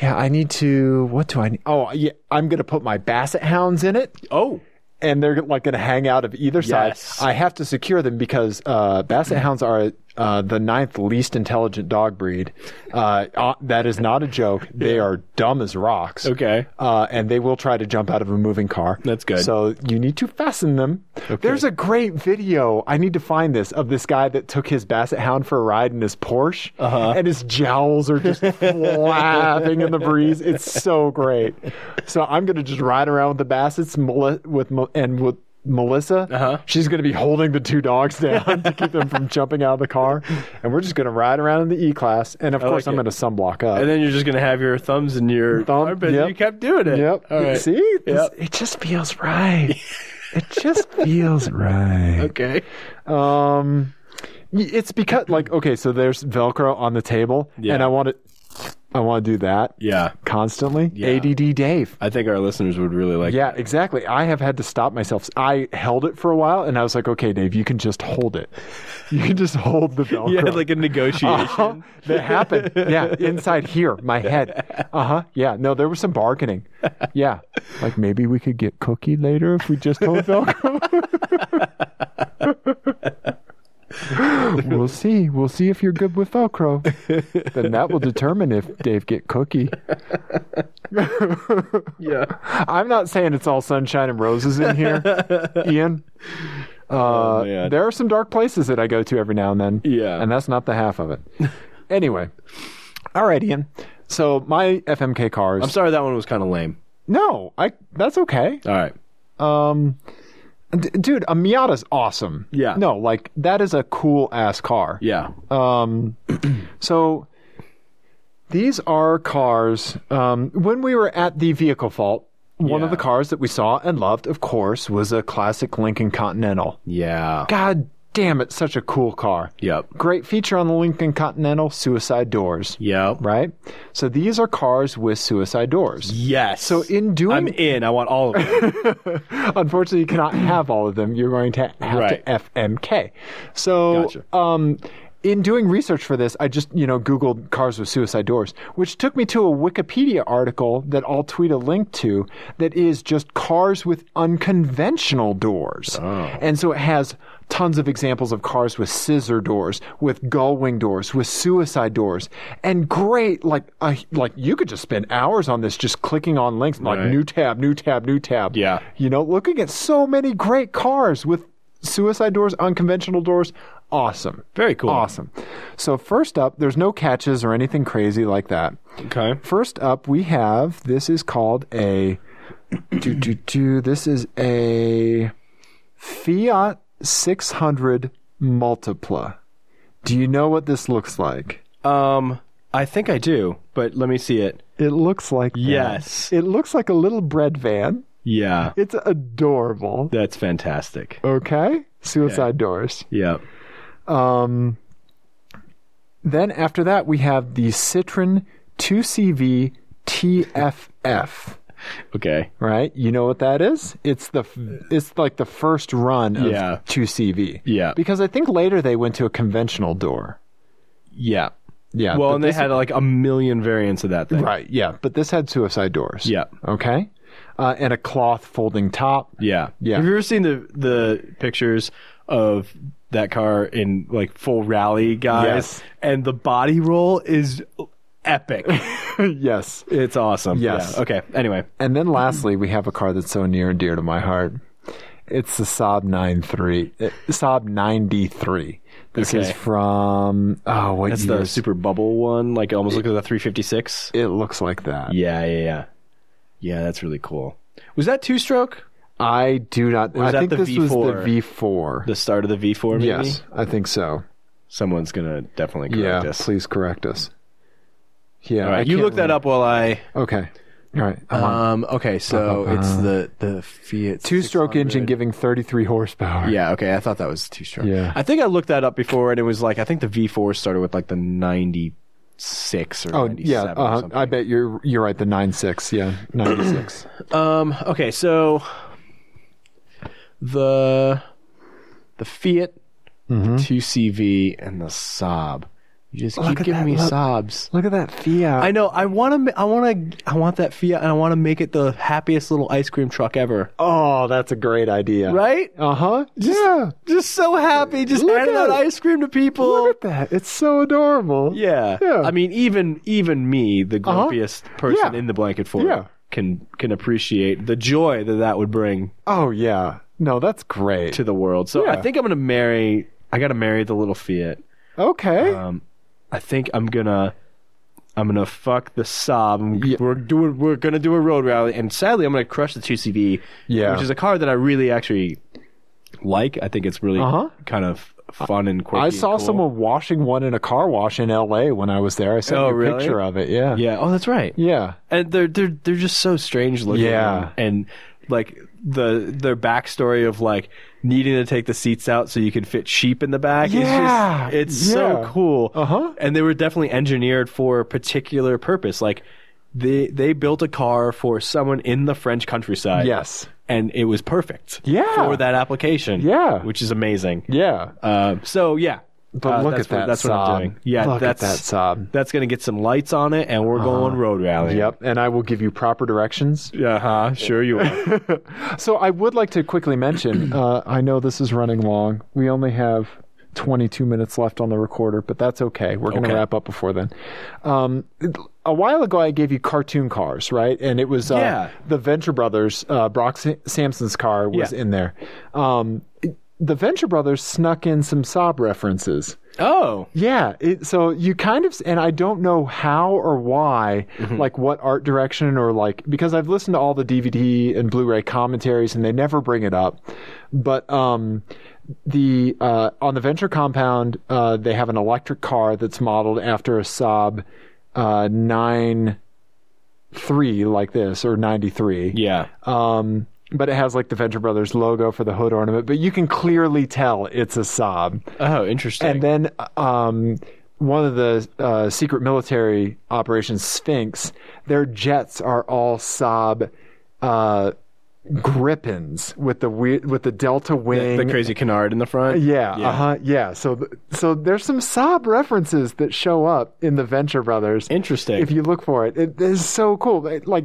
yeah, I need to. What do I need? Oh, yeah, I'm gonna put my Basset hounds in it oh, and they're like going to hang out of either Yes. side. I have to secure them because uh, Basset *clears throat* Hounds are uh, the ninth least intelligent dog breed. Uh, uh, that is not a joke. They are dumb as rocks. okay. Uh, and they will try to jump out of a moving car. That's good. So you need to fasten them. There's a great video. I need to find this of this guy that took his basset hound for a ride in his Porsche, Uh-huh. and his jowls are *laughs* just flapping in the breeze. It's so great. So I'm gonna just ride around with the bassets Mel- with Mel- and with. Melissa, Uh-huh. she's going to be holding the two dogs down to keep them from jumping out of the car, and we're just going to ride around in the E class. And of course, like I'm it. going to sunblock up. And then you're just going to have your thumbs in your Thumb- armpits. yep. You kept doing it. Yep. All right. See? This- Yep. It just feels right. it just feels right. *laughs* Okay. Um, y- it's because like okay, so there's Velcro on the table, Yeah. and I want to, I want to do that Yeah. constantly. ADD Dave. I think our listeners would really like Yeah, exactly. I have had to stop myself. I held it for a while, and I was like, okay, Dave, you can just hold it. You can just hold the Velcro. *laughs* *laughs* Yeah, like a negotiation. Uh-huh. That happened. Yeah, inside here, my head. Uh huh. Yeah. No, there was some bargaining. Yeah, like maybe we could get cookie later if we just hold Velcro. we'll see. We'll see if you're good with Velcro. Then that will determine if Dave get cookie. yeah. I'm not saying it's all sunshine and roses in here, Ian. Uh, man. there are some dark places that I go to every now and then. Yeah. And that's not the half of it. *laughs* anyway. All right, Ian. So my FMK cars. I'm sorry that one was kind of lame. no, I that's okay. All right. Um d- dude, a Miata's awesome. Yeah. No, like that is a cool ass car. Yeah. Um, so these are cars. Um, when we were at the vehicle fault, one Yeah. of the cars that we saw and loved, of course, was a classic Lincoln Continental. Yeah. God damn it, such a cool car. Yep. Great feature on the Lincoln Continental suicide doors, Yep. right? So these are cars with suicide doors. Yes. So in I'm doing, in. I want all of *laughs* them. unfortunately, you cannot have all of them. You're going to have Right. to FMK. So, Gotcha. um, in doing research for this, I just you know Googled cars with suicide doors, which took me to a Wikipedia article that I'll tweet a link to. That is just cars with unconventional doors, Oh. and so it has tons of examples of cars with scissor doors, with gull wing doors, with suicide doors, and great like uh, like you could just spend hours on this, just clicking on links like Right. new tab, new tab, new tab. Yeah. You know, looking at so many great cars with suicide doors, unconventional doors. Awesome. Very cool. Awesome. So, first up, there's no catches or anything crazy like that. Okay. First up, we have this is called a. *clears throat* do, do, do, this is a Fiat 600 Multipla. Do you know what this looks like? Um, I think I do, but let me see it. It looks like. that. Yes. It looks like a little bread van. Yeah. It's adorable. That's fantastic. Okay. Suicide doors. Yep. Um, then after that, we have the Citroen 2CV TFF. Okay. Right? You know what that is? It's the f- it's like the first run of Yeah. 2CV. Yeah. Because I think later they went to a conventional door. Yeah. Yeah. Well, but and they this- had like a million variants of that thing. right. Yeah, but this had suicide doors. Yeah. Okay. Uh, and a cloth folding top. Yeah. Yeah. Have you ever seen the the pictures of that car in like full rally guys, Yes. and the body roll is *laughs* epic. yes. it's awesome. Yes. Yeah. Okay. Anyway, And then lastly, we have a car that's so near and dear to my heart. It's the Saab 93, uh, Saab 93. This is Okay. from oh what that's year the is- super bubble one. Like it almost looks like a 356. it looks like that. Yeah. Yeah. Yeah. Yeah. That's really cool. Was that two stroke? I do not. was I that think the this was V4? the V4. The start of the V four. yes, I think so. Someone's gonna definitely Yeah, correct us. please correct us. Yeah, All I right. You can't look that remember. up while I. Okay, all right. I'm on. Um. Okay. So it's the the Fiat Two-stroke 600. engine giving 33 horsepower. Yeah, okay. I thought that was two stroke. Yeah. I think I looked that up before, and it was like I think the V4 started with like the 96 or Oh 97 yeah, or uh, something. I bet you're you're right. The 96, yeah, 96. Um. Okay. So the the Fiat, the two CV, and the Saab. You just Mm-hmm. Look keep at giving that me look. Saabs. Look at that Fiat. I know. I want to. I want to. I want that Fiat, and I want to make it the happiest little ice cream truck ever. Oh, that's a great idea. Right? Uh huh. Yeah. Just so happy, just Look handing at out it. ice cream to people. Look at that. It's so adorable. Yeah. Yeah. I mean, even even me, the Uh-huh. grumpiest person Yeah. in the blanket fort, Yeah. can can appreciate the joy that that would bring Oh yeah. No, that's great. to the world. So I Yeah. think I'm gonna marry. I gotta marry the little Fiat. Okay. Um, I think I'm gonna. I'm gonna fuck the Saab. I'm- Yeah. We're doing. We're gonna do a road rally, and sadly, I'm gonna crush the 2CV, Yeah. which is a car that I really actually like. I think it's really Uh-huh. kind of fun and quirky. I and saw cool. someone washing one in a car wash in L.A. when I was there. I sent Oh, you a really? picture of it. Yeah. Yeah. Oh, that's right. Yeah. and they're they're they're just so strange looking. Yeah. and like the their backstory of like needing to take the seats out so you can fit sheep in the back. Yeah. it's, just, it's so Yeah. cool. Uh-huh. And they were definitely engineered for a particular purpose. Like they they built a car for someone in the French countryside. Yes. and it was perfect. Yeah. for that application. Yeah. which is amazing. Yeah. Uh, so yeah. But Uh, look that's at what- that That's Saab. what I'm doing. Yeah, Look that's at that Saab. That's gonna get some lights on it, and we're going road rally. Yep. And I will give you proper directions. Yeah, huh? Sure *laughs* you are. So I would like to quickly mention. Uh, I know this is running long. We only have 22 minutes left on the recorder, but that's okay. We're going to Okay. wrap up before then. Um, a while ago, I gave you cartoon cars, right? And it was uh, Yeah. the Venture Brothers. Uh, Brock Sa- Samson's car was Yeah. in there. Um, the Venture Brothers snuck in some Saab references. oh, Yeah, it, so you kind of, and I don't know how or why, like what art direction or like, because I've listened to all the DVD and Blu ray commentaries and they never bring it up. But, um, the, uh, on the Venture compound, uh, they have an electric car that's modeled after a Saab, uh, 9 3 like this or 93. yeah. Um, but it has like the Venture Brothers logo for the hood ornament, but you can clearly tell it's a Saab. Oh, interesting. And then um, one of the uh, secret military operations, Sphinx, their jets are all Saab uh, Gripens with the weird, with the Delta wing. the crazy canard in the front. yeah, Yeah. yeah. uh-huh, yeah. So, th- so there's some Saab references that show up in the Venture Brothers. Interesting. If you look for it, it is so cool. It- like,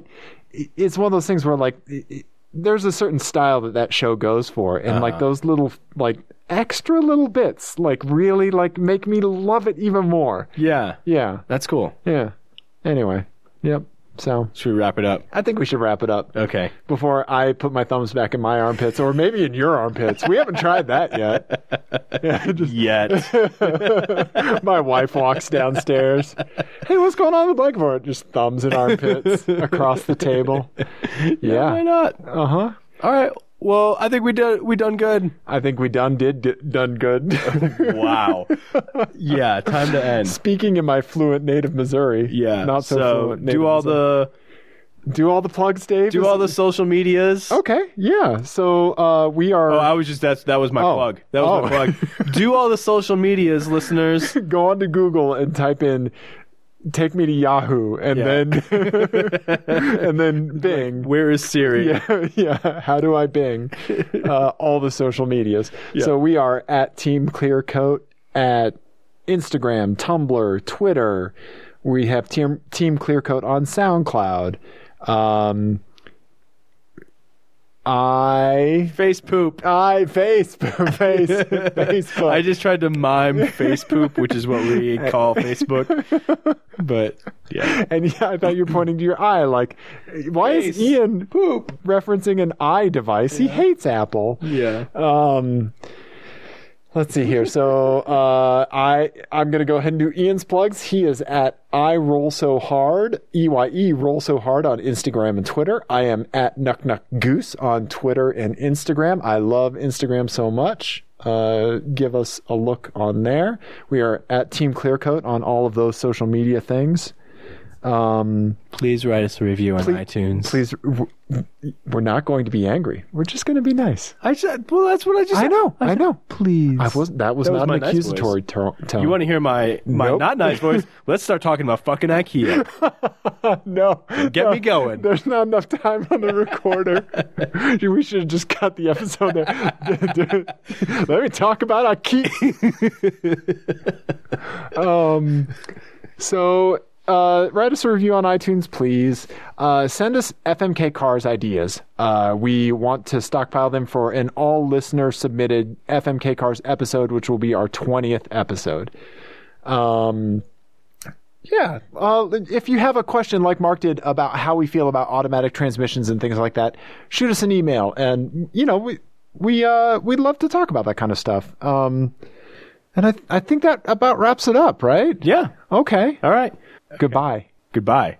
it- it's one of those things where like, it- it- there's a certain style that that show goes for, and Uh-huh. like those little like extra little bits, like really like make me love it even more. yeah, Yeah, that's cool. yeah. Anyway, yep. So Should we wrap it up? I think we should wrap it up Okay. before I put my thumbs back in my armpits, or maybe in your armpits. We haven't tried that yet. *laughs* Yeah, just- *laughs* Yet. My wife walks downstairs. Hey, what's going on in the bike board? Just thumbs and *laughs* armpits across the table. Why Yeah. not? Uh huh. All right. Well, I think we done we done good. I think we done did d- done *laughs* good. Wow. *laughs* yeah. Time to end. Speaking in my fluent native Missouri. Yeah. Not so, fluent. native do all Missouri. the do all the plugs, Dave. do Is- all the social medias. Okay. Yeah. So uh, we are Oh, I was just that's that was my Oh. plug. That was my Oh. plug. do all the social medias, listeners. *laughs* go on to Google and type in "take me to Yahoo" and Yeah. then *laughs* *laughs* and then Bing. Where is *laughs* Siri? yeah, yeah. How do I *laughs* Bing? Uh, all the social medias. So we are at Team Clearcoat at Instagram, Tumblr, Twitter. We have Team Team Clearcoat on SoundCloud. Um, I Face poop. I face *laughs* *laughs* face Facebook. I just tried to mime face poop, which is what *laughs* we call Facebook. But yeah, and yeah, I thought you were pointing to your eye. Like, why Face. is Ian poop. referencing an eye device? He hates Apple. Yeah. Um, let's see here. So uh, I I'm gonna go ahead and do Ian's plugs. He is at I roll so hard E Y E roll so hard on Instagram and Twitter. I am at Nuck Nuck Goose on Twitter and Instagram. I love Instagram so much. Uh, give us a look on there. We are at Team Clearcoat on all of those social media things. Um, Please write us a review on iTunes. please, w- we're not going to be angry. We're just going to be nice. I said, well, that's what I just. I know. I know. Please. I was that was That was not my an nice accusatory to- tone. You want to hear my my Nope. not nice *laughs* voice? Let's start talking about fucking IKEA. *laughs* no? Get no, *laughs* me going. There's not enough time on the *laughs* recorder. we should have just cut the episode there. *laughs* Let me talk about *laughs* IKEA. um, so. Uh, write us a review on iTunes, please. Uh, send us FMK Cars ideas. Uh, we want to stockpile them for an all listener submitted FMK Cars episode, which will be our 20th episode. Um, yeah. Uh, if you have a question like Mark did about how we feel about automatic transmissions and things like that, shoot us an email, and you know we we uh, we'd love to talk about that kind of stuff. Um, and I I think that about wraps it up, right? yeah. Okay. All right. Goodbye. Goodbye.